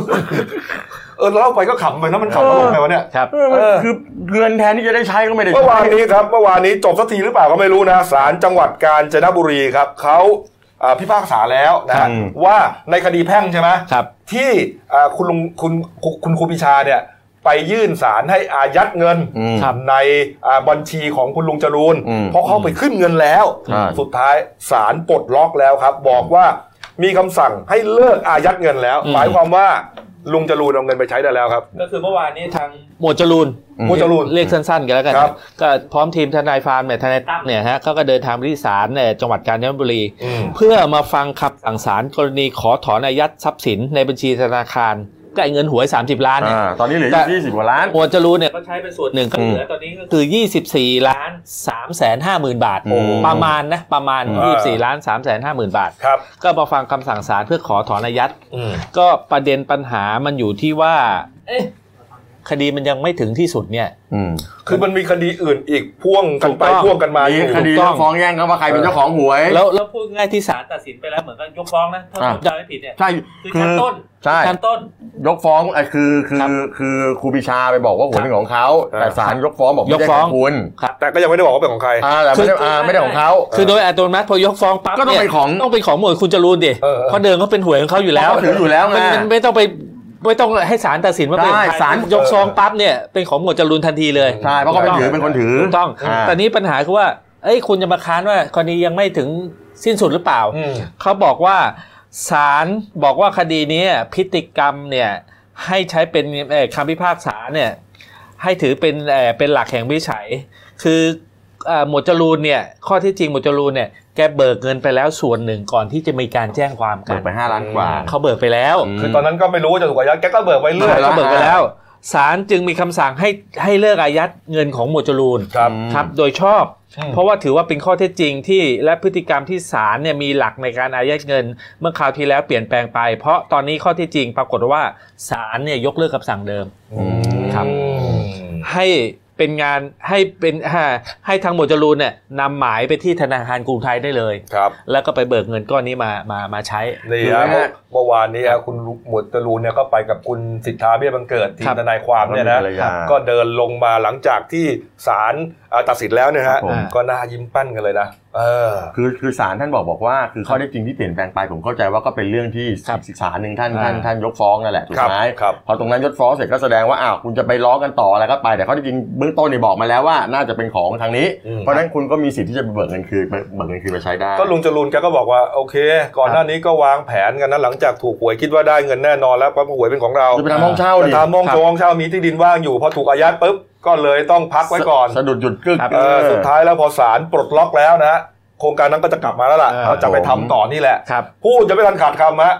S2: บ
S1: เออเล่าไปก็ขำไปนะมันขำตลกไงวะเนี่ย
S5: ครับ
S2: เออมัน
S1: เออ
S2: คือเงินแทนที่จะได้ใช้ก็ไม่ได้
S1: เมื่อ
S2: ใช้
S1: วานนี้ครับเมื่อวานนี้จบสักทีหรือเปล่าก็ไม่รู้นะศาลจังหวัดกาญจนบุรีครับเขาเอ่อพิพากษาแล้วนะฮะว่าในคดีแพ่งใช่ไหม
S5: ครับ
S1: ที่เอ่อคุณลุงคุณคุณคุณครูปิชาเนี่ยไปยื่นศาลให้อายัดเงิน
S2: อืม
S5: ครับ
S1: ในอ่าบัญชีของคุณลุงจรูน
S2: อืม
S1: เพราะเขาไปขึ้นเงินแล้ว
S2: ใช่
S1: สุดท้ายศาลปลดล็อกแล้วครับ บอกว่ามีคำสั่งให้เลิกอายัดเงินแล้ว
S5: อืม
S1: หมายความว่าลุงจรูนเอาเงินไปใช้ได้แล้วครับ
S5: ก็คือเมื่อวานนี้ทางหมวดจรูน
S1: หมวดจรูน
S5: เรียกสั้นๆกันแล้วกัน
S1: ครับ
S5: ก็พร้อมทีมทนายฟาร์มเนี่ยทนายตั้มเนี่ยฮะเขาก็เดินทางไปที่ศาลเนี่ยจังหวัดกาญจนบุรี
S1: อืม
S5: เพื่อมาฟังคำสั่งศาลกรณีขอถอนอายัดทรัพย์สินในบัญชีธนาคารก็ไอ้เงินหวย 30 ล้านเนี่ย
S2: อ่าตอนนี้เหลือ
S5: แต่
S2: ยี่สิบกว่าล้าน
S5: หมวดจรูนเนี่ยก็ใช้เป็นส่วนหนึ่งก็เหลือตอนนี้ก็คือ 24 ล้าน3 5 0 0 0 0 บาท
S2: โอ้
S5: ประมาณนะประมาณ
S1: อ่า
S5: 24 ล้าน3 5 0 0 0 0 บาท
S1: ครับ
S5: ก็มาฟังคำสั่งศาลเพื่อขอถอนอายัด
S1: อืม
S5: ก็ประเด็นปัญหามันอยู่ที่ว่า เอ๊ะ คดีมันยังไม่ถึงที่สุดเนี่ย
S2: อืม
S1: คือมันมีคดีอื่นอีกพ่วงกันไป
S5: ถูกต้อง
S1: พ่วงกันมาอ
S2: มี
S1: ยู่
S2: คดี
S1: ถูกต้อ
S2: เรื่อง งฟ้องแย่งกันว่าใครเป็นเจ้าของหวย
S5: แล้วแล้วพูดง่ายที่ศาลตัดสินไปแล้วเหมือนกันยกฟ้องนะถ้า
S2: อ่า
S5: ผมจำไม่ผิดเนี่ย
S2: ใช่
S5: คือ
S2: คื
S5: ชั้
S2: อ
S5: นต้น
S2: ใช่
S5: ชั้นต้น
S2: ยกฟ้องไอ้คือคือ
S5: ครับ
S2: คือครูปรีชาไปบอกว่าหวยเป็นของเขา
S1: ครับ
S2: แต่ศาลยกฟ้องบอกไม่
S5: ยก
S2: ใช่
S5: ฟ้
S2: ข
S5: อง
S2: องคุณ
S1: แต่ก็ยังไม่ได้บอกว่าเป็นของใคร
S2: อ่าแต่ไม่ได้อ่าไม่ได้ของเขา
S5: คือโดยอัตโนมัติพอยกฟ้องปั๊บ
S2: ก็ต้อง
S5: ย
S2: เป็นของ
S5: ต้องเป็นของหมวดคุณจรูนดิ
S1: เออเออ
S5: เพราะเดิมเขาเป็นหวยของเขาอยู่แล้ว
S2: เขาถืออยู่แล้วไง
S5: มันมันไม่ต้องไปไม่ต้องให้ศาลตัดสินว่าเป็น
S2: ใช่
S5: ของใค
S2: ศาล
S5: ยกฟ้องปั๊บเนี่ยเป็นของหมวดจรูนทันทีเลย
S2: ใช่เพราะเขาเป็น
S5: ถูก
S2: ถื
S5: ต้อง
S2: อเป็นคนถือ
S5: ถูกต้อง
S2: อ่า
S5: แต่นี้ปัญหาคือว่าเอ้ยคุณจะมาค้านว่าคดียังไม่ถึงสิ้นสุดหรือเปล่า
S1: อืม
S5: เขาบอกว่าศาลบอกว่าคดีนี้พฤติกรรมเนี่ยให้ใช้เป็นเอ่อคำพิพากษาเนี่ยให้ถือเป็นเอ่อเป็นหลักแห่งวิจัย คือเอ่อหมวดจรูนเนี่ยข้อที่จริงหมวดจรูนเนี่ยแกเบิกเงินไปแล้วส่วนหนึ่งก่อนที่จะมีการแจ้งความกั
S2: เบิ
S5: น
S2: กไปห้าล้านกว่า
S5: เขาเบิกไปแล้ว
S1: คือตอนนั้นก็ไม่รู้ว่าจะถูกอายัดแกก็เบิกไว้เรื่อย
S2: ใช่
S5: เขาเบิกไปแล้วศาลจึงมีคำสั่งให้ให้เลิกอายัดเงินของหมวดจรูน
S1: ครับ
S5: ครับ โดยชอบ
S1: อืม
S5: เพราะว่าถือว่าเป็นข้อเท็จจริงที่และพฤติกรรมที่ศาลเนี่ยมีหลักในการอายัดเงิน เมื่อคราวที่แล้วเปลี่ยนแปลงไป เพราะตอนนี้ข้อเท็จจริงปรากฏว่าศาลเนี่ยยกเลิกคำสั่งเดิม ครับ
S1: อืม
S5: ให้เป็นงานให้เป็นให้ให้ทางหมวดจรูนเนี่ยนำหมายไปที่ธนาคารกรุงไทยได้เลย
S1: ครับ
S5: แล้วก็ไปเบิกเงินก้อนนี้มามามาใช้
S1: นี่ฮะเมื่อเมื่อวานนี้ฮะคุณหมวดจรูนเนี่ยก็ไปกับคุณสิทธาเบี้ยบังเกิดที
S5: ครั
S1: ม
S5: บ
S1: ทนายความเนี่ยนะ
S2: แล้วมีภรรยา
S1: ก็เดินลงมาหลังจากที่ศาลเอ่อตัดสินแล้วเนี่ย
S2: ครั
S1: ฮะ
S2: บผม
S1: ก็หน่ายิ้มปั้นกันเลยนะเออ
S2: คือคือศาลท่านบอกบอกว่าคือข้อเท็จจริงที่เปลี่ยนแปลงไปผมเข้าใจว่าก็เป็นเรื่องที่
S5: ครับ
S2: ศึกษาหนึ่งท่าน
S5: อ่า
S2: ท่านท่านยกฟ้องนั่นแหละถูก
S1: ครับ
S2: ไหม
S1: ครับ
S2: พอตรงนั้นยกฟ้องเสร็จก็แสดงว่าอ้าวคุณจะไปร้องกันต่ออะไรก็ไป แต่ข้อเท็จจริงเบื้องต้นเนี่ยบอกมาแล้วว่าน่าจะเป็นของทางนี้ เพราะฉะนั้นคุณก็มีสิทธิ์ที่จะเบิกเงินคืนเบิกเงินคืนมาใช้ได้
S1: ก็ลุงจรูนแกก็บอกว่าโอเค ก่อนหน้านี้ก็วางแผนกันนะหลังจากถูกหวยคิดว่าได้เงินแน่นอนแล้วเพราะหวยเป็นของเรา
S2: จะไปทำห้องเช่าดิ
S1: จะทำห้อง
S5: ครับ
S1: เช่าห้องเช่ามีที่ดินว่างอยู่พอถูกอายัดปุ๊บก็เลยต้องพักไว้ก่อน
S2: สะดุดหยุดกึก
S5: ครับ
S1: เออสุดท้ายแล้วพอศาลปลดล็อกแล้วนะฮะโครงการนั้นก็จะกลับมาแล้วล่ะ
S5: เออ
S1: เขาจะไปทำต่อนี่แหละ
S5: ครับ
S1: พูดจะไม่ทันขาดคำฮะ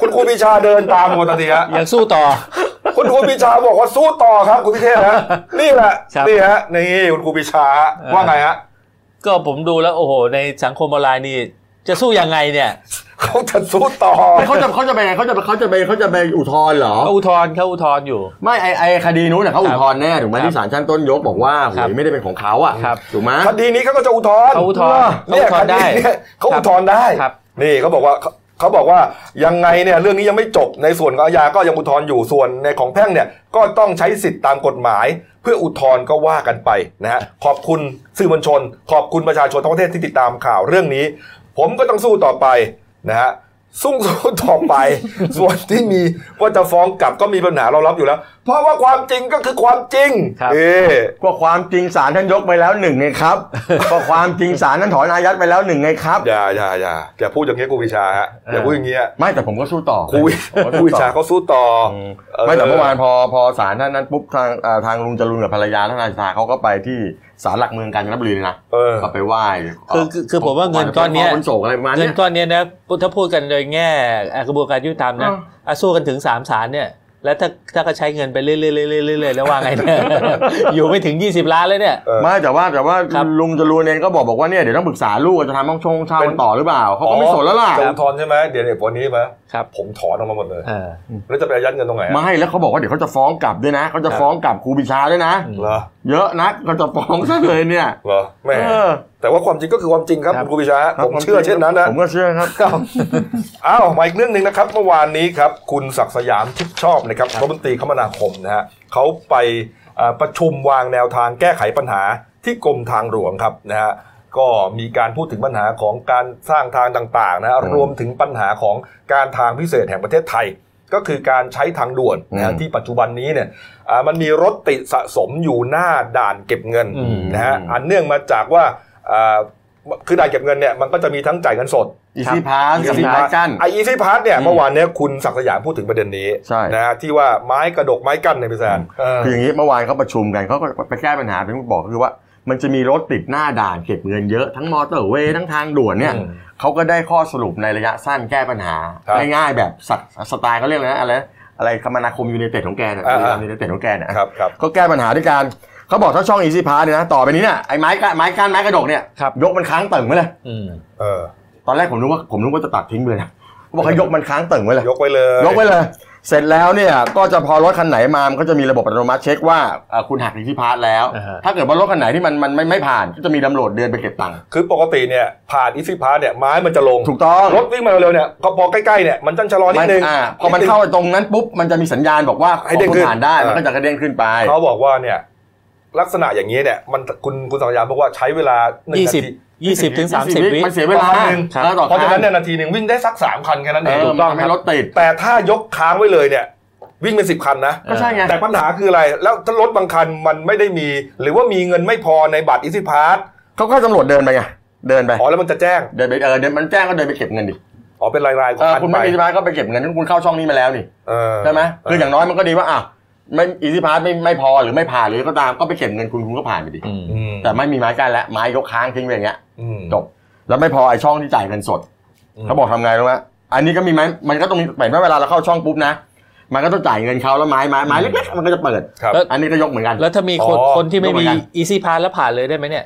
S1: คุณครูปรีชาเดินตามมาทันทีฮะ
S5: ยังสู้ต่อ
S1: คุณครูปรีชาบอกว่าสู้ต่อครับคุณพิเทพฮะนี่แหละ
S5: ครับ
S1: นี่ฮะนี่คุณครูปรีชาฮะว่าไงฮะ
S5: ก็ผมดูแล้วโอ้โห ในสังคมออนไลน์นี่จะสู้ยังไงเนี่ย
S1: เขาจะสู้ต่อ
S2: ไม่เขาจะเขาจะไปไงเขาจะเขาจะไปเขาจะไปอุทธรณ์เหรอ
S5: เขาอุทธรณ์เขาอุทธรณ์อยู่
S2: ไม่ไอไอคดีนู้นน่ะเขา
S5: ครับ
S2: อุทธรณ์แน่ถูกไหม
S5: ครับ
S2: ที่ศาลชั้นต้นยกบอกว่าห
S5: ครั
S2: ว
S5: บ
S2: ยไม่ได้เป็นของเขาอ่ะ
S5: ครับ
S2: ถูกไหม
S1: คดีนี้เขาก็จะอุทธรณ์
S5: เขาอุทธรณ์
S1: เนี่ย
S5: เขาอุทธรณ์ได้
S1: คเนี่ยเขาอุทธรณ์ได้
S5: ครับ
S1: นี่เขาบอกว่าเขาเขาบอกว่ายังไงเนี่ยเรื่องนี้ยังไม่จบในส่วนของอาญาก็ยังอุทธรณ์อยู่ส่วนในของแพ่งเนี่ยก็ต้องใช้สิทธิ์ตามกฎหมาย เพื่ออุทธรณ์ก็ว่ากันไปนะฮะขอบคุณสื่อมวลชน ขอบคุณประชาชนทั้งประเทศที่ติดตามข่าวเรื่องนี้ ผมก็ต้องสู้ต่อไปนะฮะสู้สู้ต่อไป ส่วนที่มีว่าจะฟ้องกลับก็มีปัญหาเรารับอยู่แล้ว เพราะว่าความจริงก็คือความจริง
S5: ครับ
S1: เอ
S2: ก็ความจริงศาลท่านยกไปแล้วหนึ่งไง ครับ ก็ความจริงศาลท่านถอนอายัดไปแล้วหนึ่งไงครับ
S1: อย่าอย่าอย่าอย่าพูดอย่างนี้ยครูวิชาฮะอย่าพูดอย่างนี้ย
S2: ไม่แต่ผมก็สู้ต่อ
S1: ครูวิ
S2: ผมก็
S1: ครู
S2: สู้
S1: วิ
S2: ต่
S1: ชา
S2: อ
S1: เขาสู้ต่อ
S2: อืมไม่แต่เมื่อวานพอพอศาลท่านนั้นปุ๊บทางเอ่อทางลุงจรูนกับภรรยาท่านนายสาเขาก็ไปที่ศาลหลักเมืองกาญจนบุรีเลยนะ
S1: เออ
S2: ก็ไปไหว้
S5: คือคือคือผมว่าเงินก้อนเนี้ย
S2: ขวัญโศกอะไรประมาณ
S5: เงิ
S2: เนี้
S5: น
S2: ย
S5: ก้อนเนี้ยนะถ้าพูดกันโดยแง่อ่ะกระบวนการยุติธรรมนะ
S2: อ่า
S5: อ่ะสู้กันถึงสามศาลเนี่ย แล้วถ้าถ้าก็ใช้เงินไปเรื่อยๆเรื่อยๆเรื่อยๆแล้วว่าไง เนี่ย อยู่ไม่ถึง 20 ล้านเลยเนี่ย
S1: เออ
S2: ไม่แต่ว่าแต่ว่า
S5: ครับ
S2: ลุงจรูนเองก็บอกบอกว่าเนี่ยเดี๋ยวต้องปรึกษาลูกว่าจะทำห้องชงเช่ากันต่อหรือเปล่าเขาก็ไม่สนแล้วล่ะ
S1: จะอุทธรณ์ใช่ไหมเดี๋ยวเนี่ยวันนี้ไหม
S5: ครับ
S1: ผมถอนออกมาหมดเลย
S5: เออ
S1: แล้วจะไปอายัดเงินตรงไหนอะ
S2: ไม่แล้วเขาบอกว่าเดี๋ยวเขาจะฟ้องกลับด้วยนะเขาจะ
S5: ครับ
S2: ฟ้องกลับครูปรีชาด้วยนะ
S1: เหรอ
S2: เยอะนะเขาจะฟ้องซะเลยเนี่ย
S1: เหรอแม่
S2: เออ
S1: แต่ว่าความจริงก็คือความจริงครับ
S5: ครับ
S1: คุณครูวิชาฮะ
S2: ครับ
S1: ผมเชื่อเช่นนั้นนะ
S2: ผมก็เชื่อครับ
S1: ครับอ้าวมาอีกเรื่องหนึ่งนะครับเมื่อวานนี้ครับ คุณศักดิ์สยามชิดชอบนะครับรัฐมนตรีคมนาคมนะฮะเขาไปเอ่อประชุมวางแนวทางแก้ไขปัญหาที่กรมทางหลวงครับนะฮะก็มีการพูดถึงปัญหาของการสร้างทางต่างๆนะฮะ
S2: อืม
S1: รวมถึงปัญหาของการทางพิเศษแห่งประเทศไทย ก็คือการใช้ทางด่วนนะฮะ
S2: อืม
S1: ที่ปัจจุบันนี้เนี่ยอ่ามันมีรถติดสะสมอยู่หน้าด่านเก็บเงิน
S5: อืม
S1: นะฮะอันเนื่องมาจากว่าอ่าคือด่านเก็บเงินเนี่ยมันก็จะมีทั้งจ่ายเงินสด
S2: อีซี่พาสกับพากั้น
S1: ไออีซี่พาร์ทเนี่ย
S2: อืม
S1: เมื่อวานเนี่ยคุณศักดิ์สยามพูดถึงประเด็นนี้
S2: ใช่
S1: นะฮะที่ว่าไม้กระดกไม้กั้นเนี่ยพี่แซนเออ
S2: คืออย่างนี้เมื่อวานเขาประชุมกันเขาก็ไปแก้ปัญหาเป็นที่บอกก็คือว่า มันจะมีรถติดหน้าด่านเก็บเงินเยอะทั้งมอเตอร์เวย์ทั้งทางด่วนเนี่ย
S1: อืม
S2: เขาก็ได้ข้อสรุปในระยะสั้นแก้ปัญหา
S1: ครับ
S2: ง่ายๆแบบสัตว์สไตล์เขาเรียกอะไรนะอะไรอะไรคมนาคมยูเนเต็ดของแกเนี่ย
S1: อ่าๆ
S2: ยูเนเต็ดของแกเนี่ย
S1: ครับครับ
S2: ก็แก้ปัญหาด้วยการเขาบอกถ้าช่อง Easy Pass เนี่ยนะ ต่อไปนี้เนี่ยไอ้ไม้กะไม้ก้านไม้กระดกเนี่ย
S5: ครับ
S2: ยกมันค้างเติ่งไว้เลย
S5: อืม
S1: เออ
S2: ตอนแรกผมนึกว่าผมนึกว่าจะตัดทิ้งไปเลยนะเขาบอกให้ยกมันค้างเติ่งไว้เลย
S1: ยกไว้เลย
S2: ยกไว้เลย เสร็จแล้วเนี่ยก็จะพอรถคันไหนมามันก็จะมีระบบอัตโนมัติเช็คว่าเอ่อคุณหักอิทธิพาร์ทแล้ว
S5: อ่าฮะ
S2: ถ้าเกิดว่ารถคันไหนที่มันมันไม่ไม่ผ่านก็จะมีตำรวจเดินไปเก็บตังค์
S1: คือปกติเนี่ยผ่านอิซิพาเนี่ยไม้มันจะลง
S2: ถูกต้อง
S1: รถวิ่งมาเร็วๆเนี่ยก็พอใกล้ๆเนี่ยมันต้องชะลอนิ
S2: มั
S1: ดนึง
S2: อ่าพอมันเข้าตรงนั้นปุ๊บมันจะมีสัญญาณบอกว่า
S1: ให้เด้ง
S2: คุณ
S1: ขึ้น
S2: ผ่านได้มัน
S1: อ่า
S2: ก็จะกระเด้งขึ้นไป
S1: เขาบอกว่าเนี่ยลักษณะอย่างนี้เนี่ยมันคุณคุณสังยามบอกว่าใช้เวลาหนึ่ง
S5: ยี่
S1: นา
S5: สิบ
S1: ที
S5: ยี่สิบถึงสามสิบวิ
S2: มันเสียเวลา
S1: ต่อครั้งหนึ่ง
S2: แล้วต่อค
S1: เพราะฉะนั้น
S2: รั้ง
S1: เนี่ยนาทีหนึ่งวิ่งได้สักสามคันแค่นั้น
S2: เอ
S1: เอง
S2: อ
S1: ถูก
S2: มั
S1: ต้อน ง
S2: ทำ
S1: ค
S2: ให้
S1: รับ
S2: รถติด
S1: แต่ถ้ายกค้างไว้เลยเนี่ย วิ่งเป็นสิบคันนะ
S2: ก็ใช่ไง
S1: แต่ปัญหาคืออะไร แล้วถ้ารถบางคันมันไม่ได้มี หรือว่ามีเงินไม่พอในบัตรอิสิพาร์
S2: เขาก็ให้ตำรวจเดินไปไง เดินไป
S1: อ๋อแล้วมันจะแจ้ง
S2: เดินไปเออเดินมันแจ้งก็เดินไปเก็บเงินดิ
S1: อ๋อเป็นรายๆขอ
S2: เองอ
S1: คัน
S2: คุณ
S1: ไป
S2: ไม่มีอีซิพาร์ก็ไปเก็บเงินคุณเข้าช่องนี้มาแล้วนี่
S1: เออ
S2: ใช่ไหม
S1: เออ
S2: คืออย่างน้อยมันก็ดีว่าอ่ะไม่อีซิพาร์ไม่ไม่พอหรือไม่ผ่านหรือก็ตามก็ไปเก็บเงินคุณคุณก็ผ่านไปดิ
S1: อืม
S2: แต่ไม่มีไม้กั้นแล้วไม้ยกค้างทิ้งไว้อย่างเงี้ย
S1: อืม
S2: จบแล้วไม่พอไอ้ช่องที่จ่ายเงินสด
S1: อืม
S2: เขาบอกทำไงรู้ไหมอันนี้ก็มีไม้มันก็ต้องมีเปิดว่าเวลาเราเข้าช่องปุ๊บนะ มันก็ต้องจ่ายเงินเขาแล้วไม้ไม้ไม้เล็กๆมันก็จะเปิด
S1: ครับ
S5: แล้ว
S2: อันนี้ก็ยกเหมือนกัน
S5: แล้วถ้ามีคน
S1: อ๋อ
S5: คนที่ไม่มี
S2: ยกเหมือนกัน
S5: อีซี่พาสแล้วผ่านเลยได้ไหมเนี่ย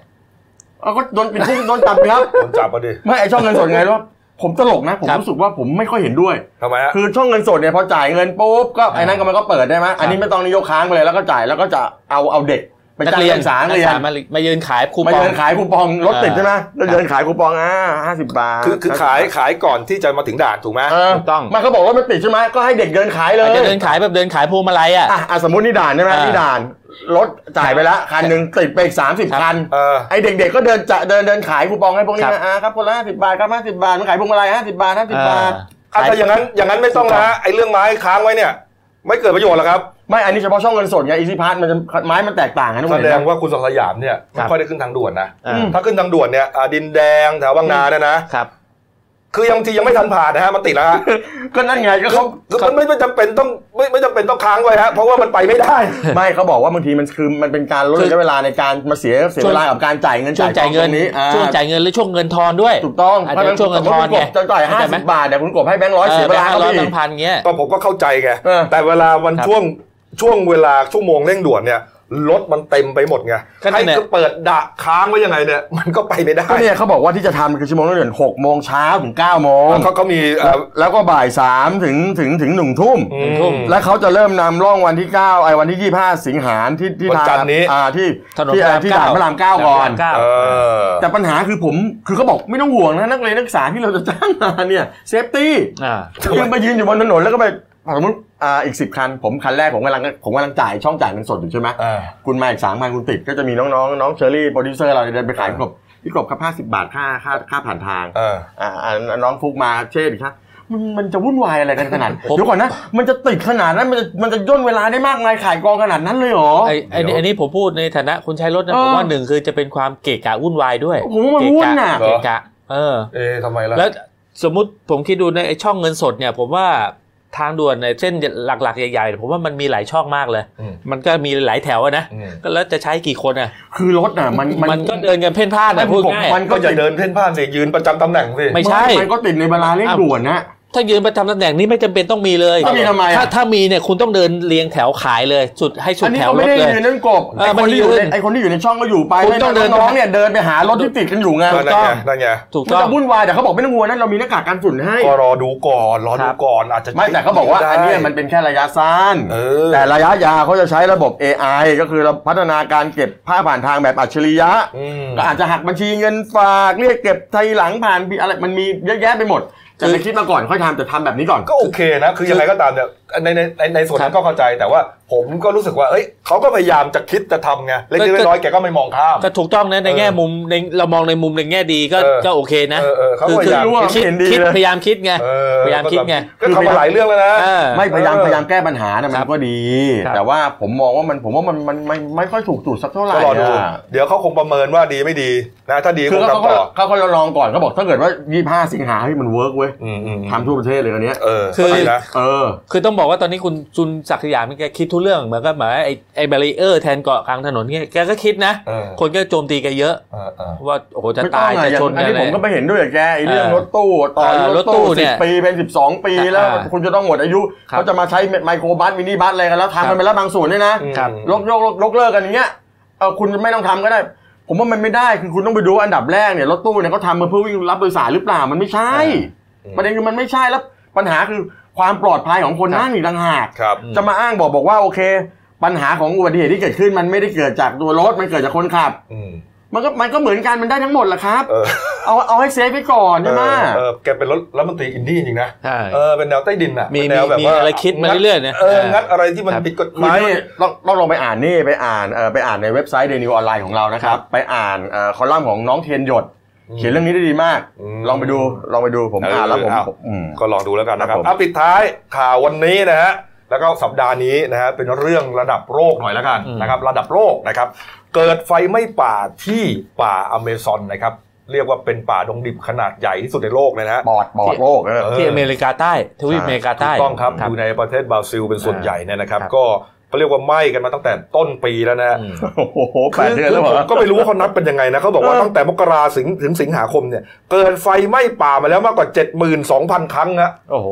S2: เอาก็โดนปิดคุกโดนจับไปครับ
S1: คนจับมาดิ
S2: ไม่ไอช่องเงินสดไงรู้ปะผมตลกนะผม
S5: ครับ
S2: รู้สึกว่าผมไม่ค่อยเห็นด้วย
S1: ทำไมฮะ
S2: คือช่องเงินสดเนี่ยพอจ่ายเงินปุ๊บก็ไอ้นั่นก็มันก็เปิดได้ไหมยอันนี้ไม่ต้องนิยกค้างไปเลยแล้วก็จ่ายแล้วก็จะเอาเอาเด็กไปจ้างนักศึกษา
S5: นัก
S2: เรียน
S5: ศึกษามามายืนขายคู
S2: มา
S5: ปอง
S2: เดินขายคูปองรถติด
S5: อ่า
S2: ใช่ไหมแล้วเดินขายคูปองอ่าห้าสิบบาท
S1: คือคือขายขายก่อนที่จะมาถึงด่านถูกไหม
S2: เออ
S5: ถูกต้อง
S2: มันก็บอกว่ามันติดใช่ไหมยก็ให้เด็กเดินขายเล
S5: อาย จจะเดินขายแบบเดินขายพวงมาลัยอ่ะ
S2: อ่ะอ่ะสมมตินี่ด่านใช่ไหม
S5: อ่านี่
S2: นี่ด่านรถจ่ายไปละคันหนึ่งติดไปอีกสามสิบ
S5: ครับ
S2: คัน
S1: เออ
S2: ไอเด็กๆก็เดินจะเดินเดินขายคูปองให้พวกนี้
S5: ครับ
S2: นะอ่าครับคนละห้าสิบบาทครับห้าสิบบาทมันขายพวงมาลัยห้าสิบบาทห้าสิบบาท
S1: อ่ะถ้าอย่างนั้นอย่างนั้นไม่ต้องนะฮะไอ้เรื่องไม้ค้างไว้เนี่ย ไม่เกิดประโยชน์หรอกครับ
S2: ไม่ อันนี้เฉพาะช่องเงินสดไงอีซี่พาร์ทมันจะไม้มันแตกต่างกันทุกค
S1: แส
S2: น
S1: ดง
S2: นะ
S1: ว่าคุณสองสยามเนี่ย
S5: ครั
S1: ไม่
S5: บ
S1: ค่อยได้ขึ้นทางด่วนนะ
S5: อ่า
S2: อืม
S1: ถ้าขึ้นทางด่วนเนี่ยอ่าดินแดงแถวบางนาเนี่ยนะ
S5: ครับ
S1: คือยังทียังไม่ทันผ่านนะฮะมันติดแล้วฮะ
S2: ก็นั่นไงก็
S1: เขา
S2: เขา
S1: มันไม่ไม่จำเป็นต้องไม่ไม่จำเป็นต้องค้างไว้ฮะเพราะว่ามันไปไม่ได้
S2: ไม่เขาบอกว่าบางทีมันคือมันเป็นการลด
S5: คือ
S2: ระยะเวลาในการมาเสียเสียเวลากับการจ่ายเงิน
S5: ช่วงจ่ายเงิน
S2: ตรนี้อ่า
S5: ช่วงจ่ายเงินหรือช่วงเงินทอนด้วย
S2: ถูกต้อง
S5: อาจจะช่วงเงินทอนไง
S2: จะจ่ายห้า
S5: เข้าใจไหม
S2: สิบบาทเนี่ยคุณกบให้แบงค์ร้อยเสียเวลา
S5: แบงค์
S2: เขา
S5: ร้
S2: ไป
S5: อยแบ
S2: อี
S5: ง
S2: ก
S5: ค์พันเงี้ย
S1: ก็ผมก็เข้าใจไง
S2: เออ
S1: แต่เวลาวัน
S5: ครับ
S1: ช่วงช่วงเวลาชั่วโมงเร่งด่วนเนี่ยรถมันเต็มไปหมดไง
S5: ก็นั่
S1: ให้
S5: นแหละ
S1: จะเปิดดะค้างไว้ยังไงเนี่ยมันก็ไปไม่ได้
S2: ก็เนี่ยเขาบอกว่าที่จะทำคือชั่วโมงละเดือนหกโมงเช้าถึงเก้าโมง
S1: เขาเขามีเอ่อ
S2: แล้วก็บ่ายสามถึงถึงถึงหนึ่งทุ่ม
S1: อื
S5: หนึ่
S1: ม
S5: งทุ่ม
S2: และเขาจะเริ่มนำร่องวันที่ 9 ไอ้วันที่ 25 สิงหาที่ที่
S1: วัน
S2: ทาง
S1: จันทร์นี้
S2: อ่าที่
S5: ถนน
S2: ที่
S5: พระราม
S2: ที่ด่าน
S5: เก้า
S2: พระรามเก้าก่อน
S5: ด่านพระรามเก้า
S1: เออ
S2: แต่ปัญหาคือผมคือเขาบอกไม่ต้องห่วงนะนักเรียนนักศึกษาที่เราจะจ้างมาเนี่ยเซฟตี้
S5: อ่า
S2: คือ มายืนอยู่บนถนนแล้วก็ไปสมมติอ่าอีกสิบคัน ผมคันแรกผมกำลังผมกำลังจ่ายช่องจ่ายเงินสดอยู่ใช่ไหม
S1: เออ
S2: คุณมาอีกสามพันคุณติดก็จะมีน้องน้องๆน้องเชอรี่โปรดิวเซอร์เราเดินไปขาย
S1: เออ
S2: กบพี่กบครับห้าสิบาทค่าค่าค่าผ่านทาง
S1: เออ
S2: อ่าอ่าน้องฟุกมาเช่ดิครับมันมันจะวุ่นวายอะไรกันขนาด
S5: ผม
S2: เดี๋ยวก่อนนะ มันจะติดขนาดนั้น มันจะมันจะย่นเวลาได้มากมายขายกองขนาดนั้นเลยเหรอ
S5: ไอ้ไอ้นี่
S1: เดี๋ยว
S5: อันนี้ผมพูดในฐานะคนใช้รถนะ
S2: เออ
S5: ผมว่าหนึ่งคือจะเป็นความเกะกะวุ่นวายด้วย
S2: ผมว่ามัน
S5: เกะ
S2: วุ่
S5: ก
S2: นน่ะ
S5: เกะกะ เออ
S1: เอ๊ะทำไมล่ะ
S5: แล้วสมมติผมคิดดูในไอ้ช่องเงินสดเนี่ย ผมว่าทางด่วนในเส้นหลักๆใหญ่ๆเนี่ยผมว่ามันมีหลายช่องมากเลย
S1: อืม
S5: มันก็มีหลายแถวอะนะ
S1: อืม
S5: ก็แล้วจะใช้กี่คนอ่ะ
S2: คือรถน่ะมันมัน
S5: มันก็เดินกันเพ่นพ่าน
S2: มั
S5: นะ
S2: น
S5: พูด
S2: ผม
S5: ง่าย
S2: มัน
S1: ก็
S2: ก็
S1: อย่า
S2: ติด
S1: เดินเพ่นพ่านสิยืนประจำตำแหน่งสิ
S5: ไม่ใช่
S2: มันก็ติดในเวลาเร่งด่วนนะ
S5: ถ้ายืนประจำตำแหน่งนี้ไม่จำเป็นต้องมีเลย
S2: ต้องมีทำไมอะ
S5: ถ้าถ้ามีเนี่ยคุณต้องเดินเรียงแถวขายเลยสุดให้สุ
S2: อั
S5: ด
S2: นนี้
S5: แถว
S2: ก็
S5: ร
S2: ไม่
S5: ถ
S2: ได้
S5: เลย
S2: ยืนนั่นกบ
S5: เออ
S2: ไอ้คนที่อยู่
S5: มันยื
S2: ใน
S5: น
S2: ไอ้คนที่อยู่ในช่องก็อยู่ไป
S5: คุณต้องเดิน
S2: น้องๆเนี่ยเดินไปหารถที่ติดกันอยู่ไง
S1: นั่นไงนั่นไง
S5: ถูก
S2: มัน
S5: ต้อง
S2: จะวุ่นวายแต่เขาบอกไม่ต้องห่วงนั่นเรามีหน้ากากกันฝุ่นให้
S1: ก็รอดูก่อน รอดูก่อนอาจจะ
S2: ไม่แต่เขาบอกว่าอันเนี้ยมันเป็นแค่ระยะสั้น
S1: เออ
S2: แต่ระยะยาวเขาจะใช้ระบบ AI ก็คือเราพัฒนาการเก็บภาพผ่านทางแบบอัจฉริยะ
S1: อืม
S2: ก็อาจจะหักบัญชีเงินฝาก เรียกเก็บไทยหลังผ่านอะไรมันมีเยอะแยะไปหมดจะไปคิดมาก่อนค่อยทำแต่ทำแบบนี้ก่อน
S1: ก็โอเคนะ คือยังไงก็ตามเนี่ยในในในในส่วนนั้นก็เข้าใจแต่ว่าผมก็รู้สึกว่า เอ้ยเขาก็พยายามจะคิดจะทำไงเล็กๆน้อยๆแกก็ไม่มองข้าม
S5: ก็ถูกต้องนะในแง่มุมในเรามองในมุมในแง่ดีก็
S1: เออ
S5: ก็โอเคนะ
S1: เออเออเขา
S5: คื
S1: พยายาม
S5: คือคิด
S2: เห็นดี
S5: คิด
S2: เลย
S5: พยายามคิดไง
S1: เออ
S5: พยายามคิดไง
S1: ก็ทำมาหลายเรื่องแล้วนะ
S5: เออ
S2: ไม่พยายาม
S1: เออ
S2: พยายามแก้ปัญหานะมั
S5: ครั
S2: น
S5: บ
S2: ก็ดี แต่ว่าผมมองว่ามันผมว่ามันมันไม่ไม่ค่อยถูกจุดสักเท่าไหร่
S1: ก็รอดู
S2: อะ
S1: เดี๋ยวเขาคงประเมินว่าดีไม่ดีนะถ้าดี
S2: คื
S1: ค
S2: องเขา
S1: ทำต่อ
S2: เขาเขาลองก่อนเขาบอกถ้าเกิดว่า 25 สิงหาเฮ้ยมันเวิร์กเว้ย
S1: อืมอืม
S2: ทำทั่วประเทศเลยอันเนี้ย
S1: เออ
S5: คือ
S1: เข้าใจนะ
S2: เออ
S5: คือต้องบอกว่าตอนนี้คุณจุนศักดิ์สยามนี่แกคิดทุกเรื่องเหมือนกับหมายว่าไอ้ไอ้บารีเออร์แทนเกาะกลางถนนเนี่ยแกก็คิดนะ
S1: เออ
S5: คนก็โจมตีแกเยอะ
S1: เออเออ
S5: ว่าโอ้โหจะ
S2: ไม่อง
S5: ตาย
S2: อะ
S5: จะ
S2: อ
S5: ชน
S2: อัน
S5: กัน
S2: นี้
S5: เล
S2: ผม
S5: ย
S2: ก็ไปเห็นด้วยกับแกไอ้เรื่อง
S5: เออ
S2: รถตู้ตอน
S5: เอ
S2: ร
S5: อร
S2: ถ
S5: ถตู้
S2: ตู้
S5: เนี่
S2: สิบ
S5: ย
S2: ปีเป็นสิบสองปีแล้ว
S5: อ่า
S2: คุณจะต้องหมดอายุ
S5: ครับ
S2: เขาจะมาใช้ไมโครบัสมินิบัสอะไรกันแล้วทำกันไปแล้วบางส่วนด้วยนะครับ ลกยกลกยกเลิกกันอย่างเงี้ยเออคุณไม่ต้องทำก็ได้ ผมว่ามันไม่ได้คือคุณต้องไปดูว่าอันดับแรกเนี่ยรถตู้เนี่ยเขาทำมาเพื่อวิ่งรับโดยสารหรือเปล่ามันไม่ใช่ ประเด็นคือมันไม่ใช่แล้วปัญหาคือ ความปลอดภัยของคนนั่งอีกต่างหาก
S1: ครับ
S5: อืม
S2: จะมาอ้างบอกบอกว่าโอเค ปัญหาของอุบัติเหตุที่เกิดขึ้นมันไม่ได้เกิดจากตัวรถมันเกิดจากคนขับ
S1: อืม
S2: มันก็มันก็เหมือนกันมันได้ทั้งหมดแหละครับ
S1: เออ
S2: เอาเอาให้เซฟไว้ก่อนใช่ไหม
S1: เออเออแกเป็นรถรัฐมนตรีอินดี้จริงๆนะ
S5: ใช่
S1: เออเป็นแนวใต้ดินอ่ะ
S5: มี
S1: เป็นแนวแบบ
S5: มี
S1: ว่า
S5: อะไรคิดมาเรื่อยๆนะ
S1: เออ
S5: เออ
S1: งัดอะไรที่มัน
S5: ครับ
S1: ผิดกฎห
S2: คือ
S1: มาย
S2: นี่ต้องต้องลองไปอ่านนี่ไปอ่านเอ่อไปอ่านในเว็บไซต์ The New Online ของเรานะครับ ไปอ่านเอ่อคอลัมน์ของน้องเทียนหยด เขียนเรื่องนี้ได้ดีมาก
S1: อืม
S2: ลองไปดูลองไปดูผม
S1: เออ
S2: อ่านแล้วผม
S1: เอา
S2: ผมอืม
S1: ก็ลองดูแล้วกันนะค
S2: ครั
S1: รับบ
S2: ผม
S1: อ่ะปิดท้ายข่าววันนี้นะฮะแล้วก็สัปดาห์นี้นะฮะเป็นเรื่องระดับโลกหน่อยแล้วกัน
S5: อืม
S1: นะครับ ระดับโลกนะครับ เกิดไฟไหม้ป่าที่ป่าอเมซอนนะครับ เรียกว่าเป็นป่าดงดิบขนาดใหญ่ที่สุดในโลกเลยนะฮะ
S2: ปอดปอดโลกเออ
S1: เอ
S5: ที่อเมริกาใต้ทวีป
S2: ใช่
S5: อเมริกาใต้
S1: ถูกต้องครับอยู่ในประเทศบราซิลเป็นส่วน
S5: อ่า
S1: ใหญ่เนี่ยนะครับ
S5: ครับ
S1: ก็เขาเรียกว่าไหม้กันมาตั้งแต่ต้นปีแล้วนะฮะ
S5: อืม
S2: โอ้โหแป
S1: คื
S2: ดเดือนแล้วเหร
S1: ผม
S2: อ
S1: ก็ไม่รู้ว่าเขานับเป็นยังไงนะเขาบอกว่า
S2: เออ
S1: ตั้งแต่มกราถึงถึงสิงหาคมเนี่ยเกิดไฟไหม้ป่ามาแล้วมากกว่า 72,000 ครั้งฮะ
S5: โอ้โห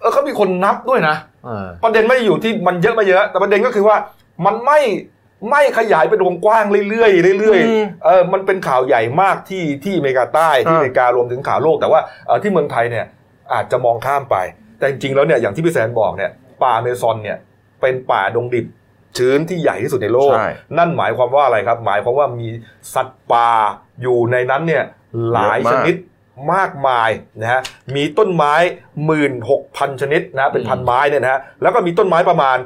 S1: เออเขามีคนนับด้วยนะ
S5: เออ
S1: ประเด็นไม่ได้อยู่ที่มันเยอะไม่เยอะ แต่ประเด็นก็คือว่ามันไม่ไม่ขยายเป็นวงกว้างเรื่อยๆเรื่อย
S2: อืม
S1: ๆเออมันเป็นข่าวใหญ่มากที่ที่อเมริกาใต้ที่
S2: อ่า
S1: อเมริการวมถึงข่าวโลก แต่ว่าเอ่อที่เมืองไทยเนี่ยอาจจะมองข้ามไป แต่จริงๆแล้วเนี่ยอย่างที่พี่แสนบอกเนี่ยป่าอเมซอนเนี่ยเป็นป่าดงดิบชื้นที่ใหญ่ที่สุดในโลก
S2: ใช่
S1: นั่นหมายความว่าอะไรครับ หมายความว่ามีสัตว์ป่าอยู่ในนั้นเนี่ยหลายชนิดมากมายนะฮะมีต้นไม้ 16,000 ชนิดนะเป็นพันไม้เนี่ยนะฮะแล้วก็มีต้นไม้ประมาณ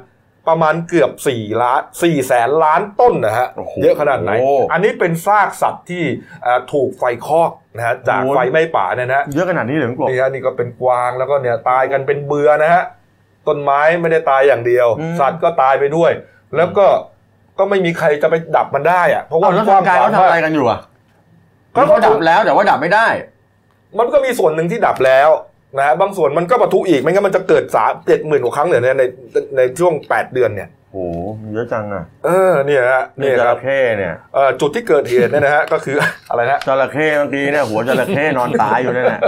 S1: ประมาณเกือบ4ล้าน4แสนล้านต้นนะฮะ
S2: โอ้โห
S1: เยอะขนาดไหน อันนี้เป็นซากสัตว์ที่เอ่อถูกไฟคอกนะฮะจาก
S2: โอ้ย
S1: ไฟไหม้ป่าเนี่ยนะฮะ
S2: เยอะขนาดนี้เหลืองกลบ
S1: นี่ฮะนี่ก็เป็นกวางแล้วก็เนี่ยตายกันเป็นเบือนะฮะต้นไม้ไม่ได้ตายอย่างเดียว
S2: อืม
S1: สัตว์ก็ตายไปด้วย แล้วก็ก็ไม่มีใครจะไปดับมันได้อะเพราะว่า
S2: เอาแล้ว
S1: กว้าง
S2: ทำการ
S1: ขวาง
S2: เขาทำอะไร
S1: มาก
S2: กันอยู่อ่ะ
S1: ก็
S2: เขาดับแล้วแต่ว่าดับไม่ได้
S1: มันก็มีส่วนหนึ่งที่ดับแล้วนะฮะบางส่วนมันก็ปะทุอีกไม่งั้นมันจะเกิดสามเจ็ดหมื่นกว่าครั้งเนี่ยในในในช่วง 8 เดือนเนี่ย
S2: โอ้โหเยอะจังอ่ะ
S1: เออเนี่ยฮะ
S2: นี่
S1: เนี่ย
S2: จ
S1: ครั
S2: ระ
S1: บ
S2: เข้เนี่ย
S1: เอ่อจุดที่เกิดเหตุเนี่ยนะฮะ ก็คือ อะไรนะ
S2: จระเข้เมื่อกี้เนี่ยหัวจระเข้นอนตายอยู่เนี่ย แหละ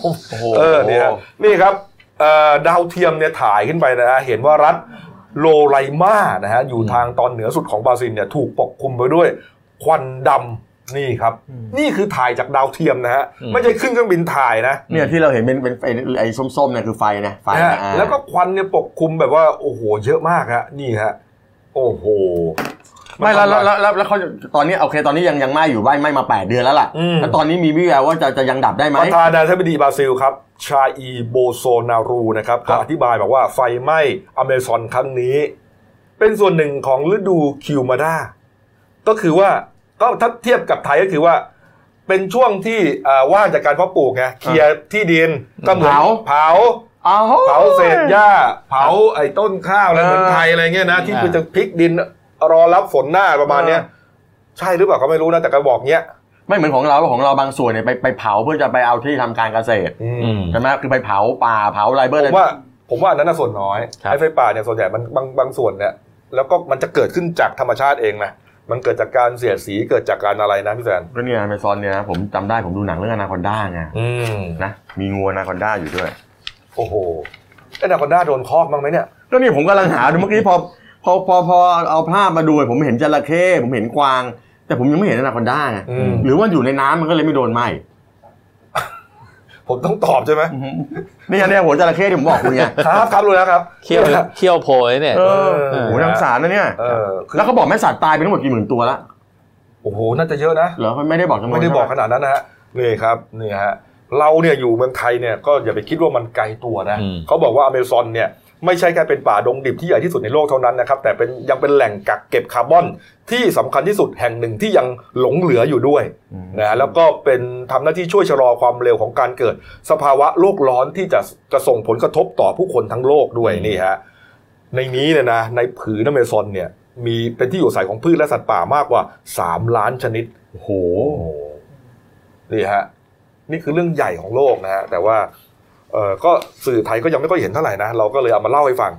S2: โอ้โห
S1: เออเนี่ยนี่ครับเอ่อดาวเทียมเนี่ยถ่ายขึ้นไปนะฮะเห็นว่ารัฐโลไลมานะฮะอยู่ทางตอนเหนือสุดของบราซิลเนี่ยถูกปกคลุมไปด้วยควันดำนี่ครับ นี่คือถ่ายจากดาวเทียมนะฮะ
S5: อืม
S1: ไม่ใช่ขึ้นเครื่องบินถ่ายนะ
S2: เนี่ยที่เราเห็นเป็นเป็นไอ้ไอ้ส้มๆเนี่ยคือไฟนะไฟ
S1: นะฮะ
S2: นะอ่า
S1: แล้วก็ควันเนี่ยปกคลุมแบบว่าโอ้โหเยอะมากฮะนี่ฮะโอ้โห
S2: ไม่
S1: น
S2: แล้ว
S1: ทำ
S2: แล้วแล้วแล้วแล้วเขาตอนนี้โอเคตอนนี้ยังยังไหม้อยู่ไหม้ไหม้มาแปดเดือนแล้วล่ะ
S1: อืม
S2: แล้วตอนนี้มีวิแววว่าจะจะยังดับได้ไหม
S1: ประธานาธิบดีบราซิลครับ ชาอีโบโซนารูนะครับ
S2: ครั
S1: ก็
S2: บ
S1: อธิบายบอกว่าไฟไหม้อเมซอนครั้งนี้ เป็นส่วนหนึ่งของฤดูคิวมาดาก็คือว่าก็ถ้าเทียบกับไทยก็คือว่า เป็นช่วงที่อ่าว่างจากการเพาะปลูกไงเคลียร์ที่ดินก็เหมือนเผา
S2: อ้าว
S1: เผาเศษหญ้า เผาไอ้ต้นข้าวอะไรเหมือนไทยอะไรเงี้ยนะ ที่
S5: อ่า
S1: คือจะพลิกดินรอรับฝนหน้าประมาณเนี้ย
S2: อ่
S1: ใช่หรือเปล่าก็ไม่รู้นะแต่ก็บอกเนี้ย
S2: ไม่เหมือนของเราของเราบางส่วนเนี่ยไปไปเผาเพื่อจะไปเอาที่ทำการเกษตร
S1: อืม
S5: อืม
S2: ใช่ไหมคือไปเผาป่าเผาไรเบอร์
S1: ผมว่าผมว่าอันนั้นนะส่วนน้อย
S5: ครับ
S1: ไอ้ไฟป่าเนี่ยส่วนใหญ่มันบางบางส่วนเนี่ยแล้วก็มันจะเกิดขึ้นจากธรรมชาติเองนะมันเกิดจากการเสียดสีเกิดจากการอะไรนะพี่แซน
S2: ก็เนี่ยไมซอนเนี่ยนะผมจำได้ผมดูหนังเรื่องอนาคอนด้าไง
S1: อืม
S2: นะมีงูอนาคอนด้าอยู่ด้วย
S1: โอ้โหไอ้นาคอนด้าโดนคอกบ้างไหมเนี่ย
S2: ก็นี่ผมกำลังหาดูเมื่อกี้พอพอพอพอเอาภาพมาดูผมเห็นจระเข้ผมเห็นกวาง แต่ผมยังไม่เห็นอนาคอนด้าไง
S1: อืม
S2: หรือว่าอยู่ในน้ำมันก็เลยไม่โดนไหม
S1: ผมต้องตอบใช่ไหม
S2: นี่ไงเนี่ยหัวจระเข้ที่ผมบอกคุณไง
S1: ครับครับรู้แล้วครับ
S5: เขี้ยวเขี้ยวโพยเนี่ย
S2: เออโอ้โหน่าสงสารนะเนี่ย
S1: เออคือ
S2: แล้วเขาบอกแม่สัตว์ตายไปทั้งหมดกี่หมื่นตัวละ
S1: โอ้โหน่าจะเยอะนะ
S2: เหรอเขาไม่ได้บอกจำนวน
S1: ไม่ได้บอกข
S2: ใช่ห
S1: นาดนั้นนะฮะนี่ครับนี่ฮะเราเนี่ยอยู่เมืองไทยเนี่ยก็อย่าไปคิดว่ามันไกลตัวนะ
S5: อืม
S1: เขาบอกว่าอเมซอนเนี่ยไม่ใช่แค่เป็นป่าดงดิบที่ใหญ่ที่สุดในโลกเท่านั้นนะครับแต่เป็นยังเป็นแหล่งกักเก็บคาร์บอนที่สำคัญที่สุดแห่งหนึ่งที่ยังหลงเหลืออยู่ด้วย
S2: อืม
S1: นะแล้วก็เป็นทำหน้าที่ช่วยชะลอความเร็วของการเกิด สภาวะโลกร้อนที่จะจะส่งผลกระทบต่อผู้คนทั้งโลกด้วยนี่ฮะในนี้เนี่ยนะในผืนอเมซอนเนี่ยมีเป็นที่อยู่อาศัยของพืชและสัตว์ป่ามากกว่า 3 ล้านชนิด
S2: โอ้โห
S1: นี่ฮะนี่คือเรื่องใหญ่ของโลกนะฮะแต่ว่าเออก็สื่อไทยก็ยังไม่ค่อยเห็นเท่าไหร่นะเราก็เลยเอามาเล่าให้ฟัง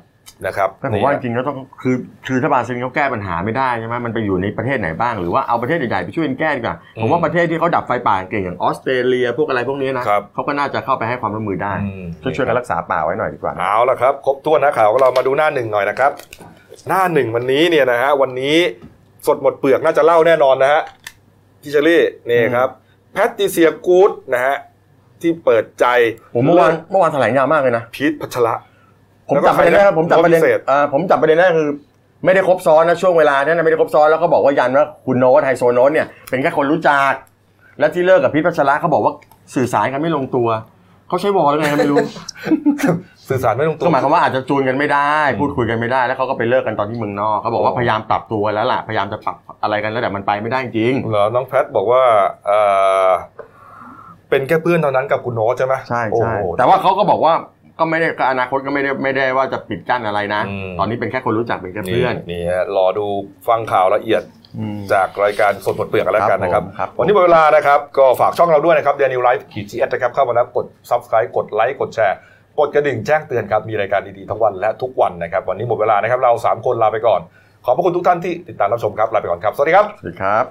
S1: นะครับ
S2: แต่ผมว่าจริงๆก็ต้องคือคือถ้าบราซิลเขาแก้ปัญหาไม่ได้ใช่ไหมมันไปอยู่ในประเทศไหนบ้างหรือว่าเอาประเทศใหญ่ๆไปช่วยกันแก้ดีกว่าผมว่าประเทศที่เขาดับไฟป่าเก่งอย่างออสเตรเลียพวกอะไรพวกนี้นะครับ เขาก็น่าจะเข้าไปให้ความร่วมมือได้
S1: อืม
S2: ช่วยช่วยกันรักษาป่าไว้หน่อยดีกว่านะ
S1: เอาละครับ ครบถ้วนนะข่าวของเรามาดูหน้าหนึ่งหน่อยนะครับ หน้าหนึ่งวันนี้เนี่ยนะฮะวันนี้สดหมดเปลือกน่าจะเล่าแน่นอนนะฮะพี่เชอรี่นี่ครับแพตติเซียกูดนะฮะ ที่เปิดใจ
S2: ผมเมื่อวานเมื่อวานแถลงยาวมากเลยนะ
S1: พีทพัชระ
S2: ผมจับประเด็นได้ครับผมจับประเด็น
S1: แล้วก็ใครนะ
S2: เอ่อผมจับประเด็นได้คือ ไม่ได้ครบซ้อนนะช่วงเวลานั้นนะไม่ได้ครบซ้อนแล้วก็บอกว่ายันว่าคุณโน้ตไฮโซโน้ตเนี่ยเป็นแค่คนรู้จัก และที่เลิกกับพี่พัชระเขาบอกว่าสื่อสารกันไม่ลงตัว เขาใช้วอลหรือไงครับไม่รู้
S1: สื่อสารไม่ตรงตัว
S2: ก็หมายความว่าอาจจะจูนกันไม่ได้ พูดคุยกันไม่ได้ แล้วเขาก็ไปเลิกกันตอนที่เมืองนอกเขาบอกว่าพยายามปรับตัวแล้วล่ะพยายามจะปรับอะไรกันแล้วแต่มันไปไม่ได้จริง
S1: เหรอน้องแพทบอกว่าเอ่อเป็นแค่เพื่อนเท่านั้นกับคุณโน้ตใช่ไหม
S2: ใช่
S1: โอ้
S2: ใช่
S1: โห
S2: แต่ว่าเขาก็บอกว่าก็ไม่ได้ก็อนาคตก็ไม่ได้ไม่ได้ว่าจะปิดกั้นอะไรนะ
S1: อืม
S2: ตอนนี้เป็นแค่คนรู้จักเป็นแค่
S1: นี่
S2: เพื่อน
S1: นี่ฮะรอดูฟังข่าวละเอียด
S2: อืม
S1: จากรายการสดบทเปลือกกันแล้วกันนะครับ
S2: ครับผมครับ
S1: วันนี้หมดเวลานะครับ ก็ฝากช่องเราด้วยนะครับเดนิวไลฟ์ขีดจีเอสนะครับ เข้ามาแล้วกด subscribe กดไลค์กดแชร์ กดกระดิ่งแจ้งเตือนครับ มีรายการดีๆทั้งวันและทุกวันนะครับ วันนี้หมดเวลานะครับเราสามคนลาไปก่อน ขอบพระคุณทุกท่านที่ติดตามรับชมครับลาไปก่อนครับสวัสดีครับ
S2: สวัสดีครับ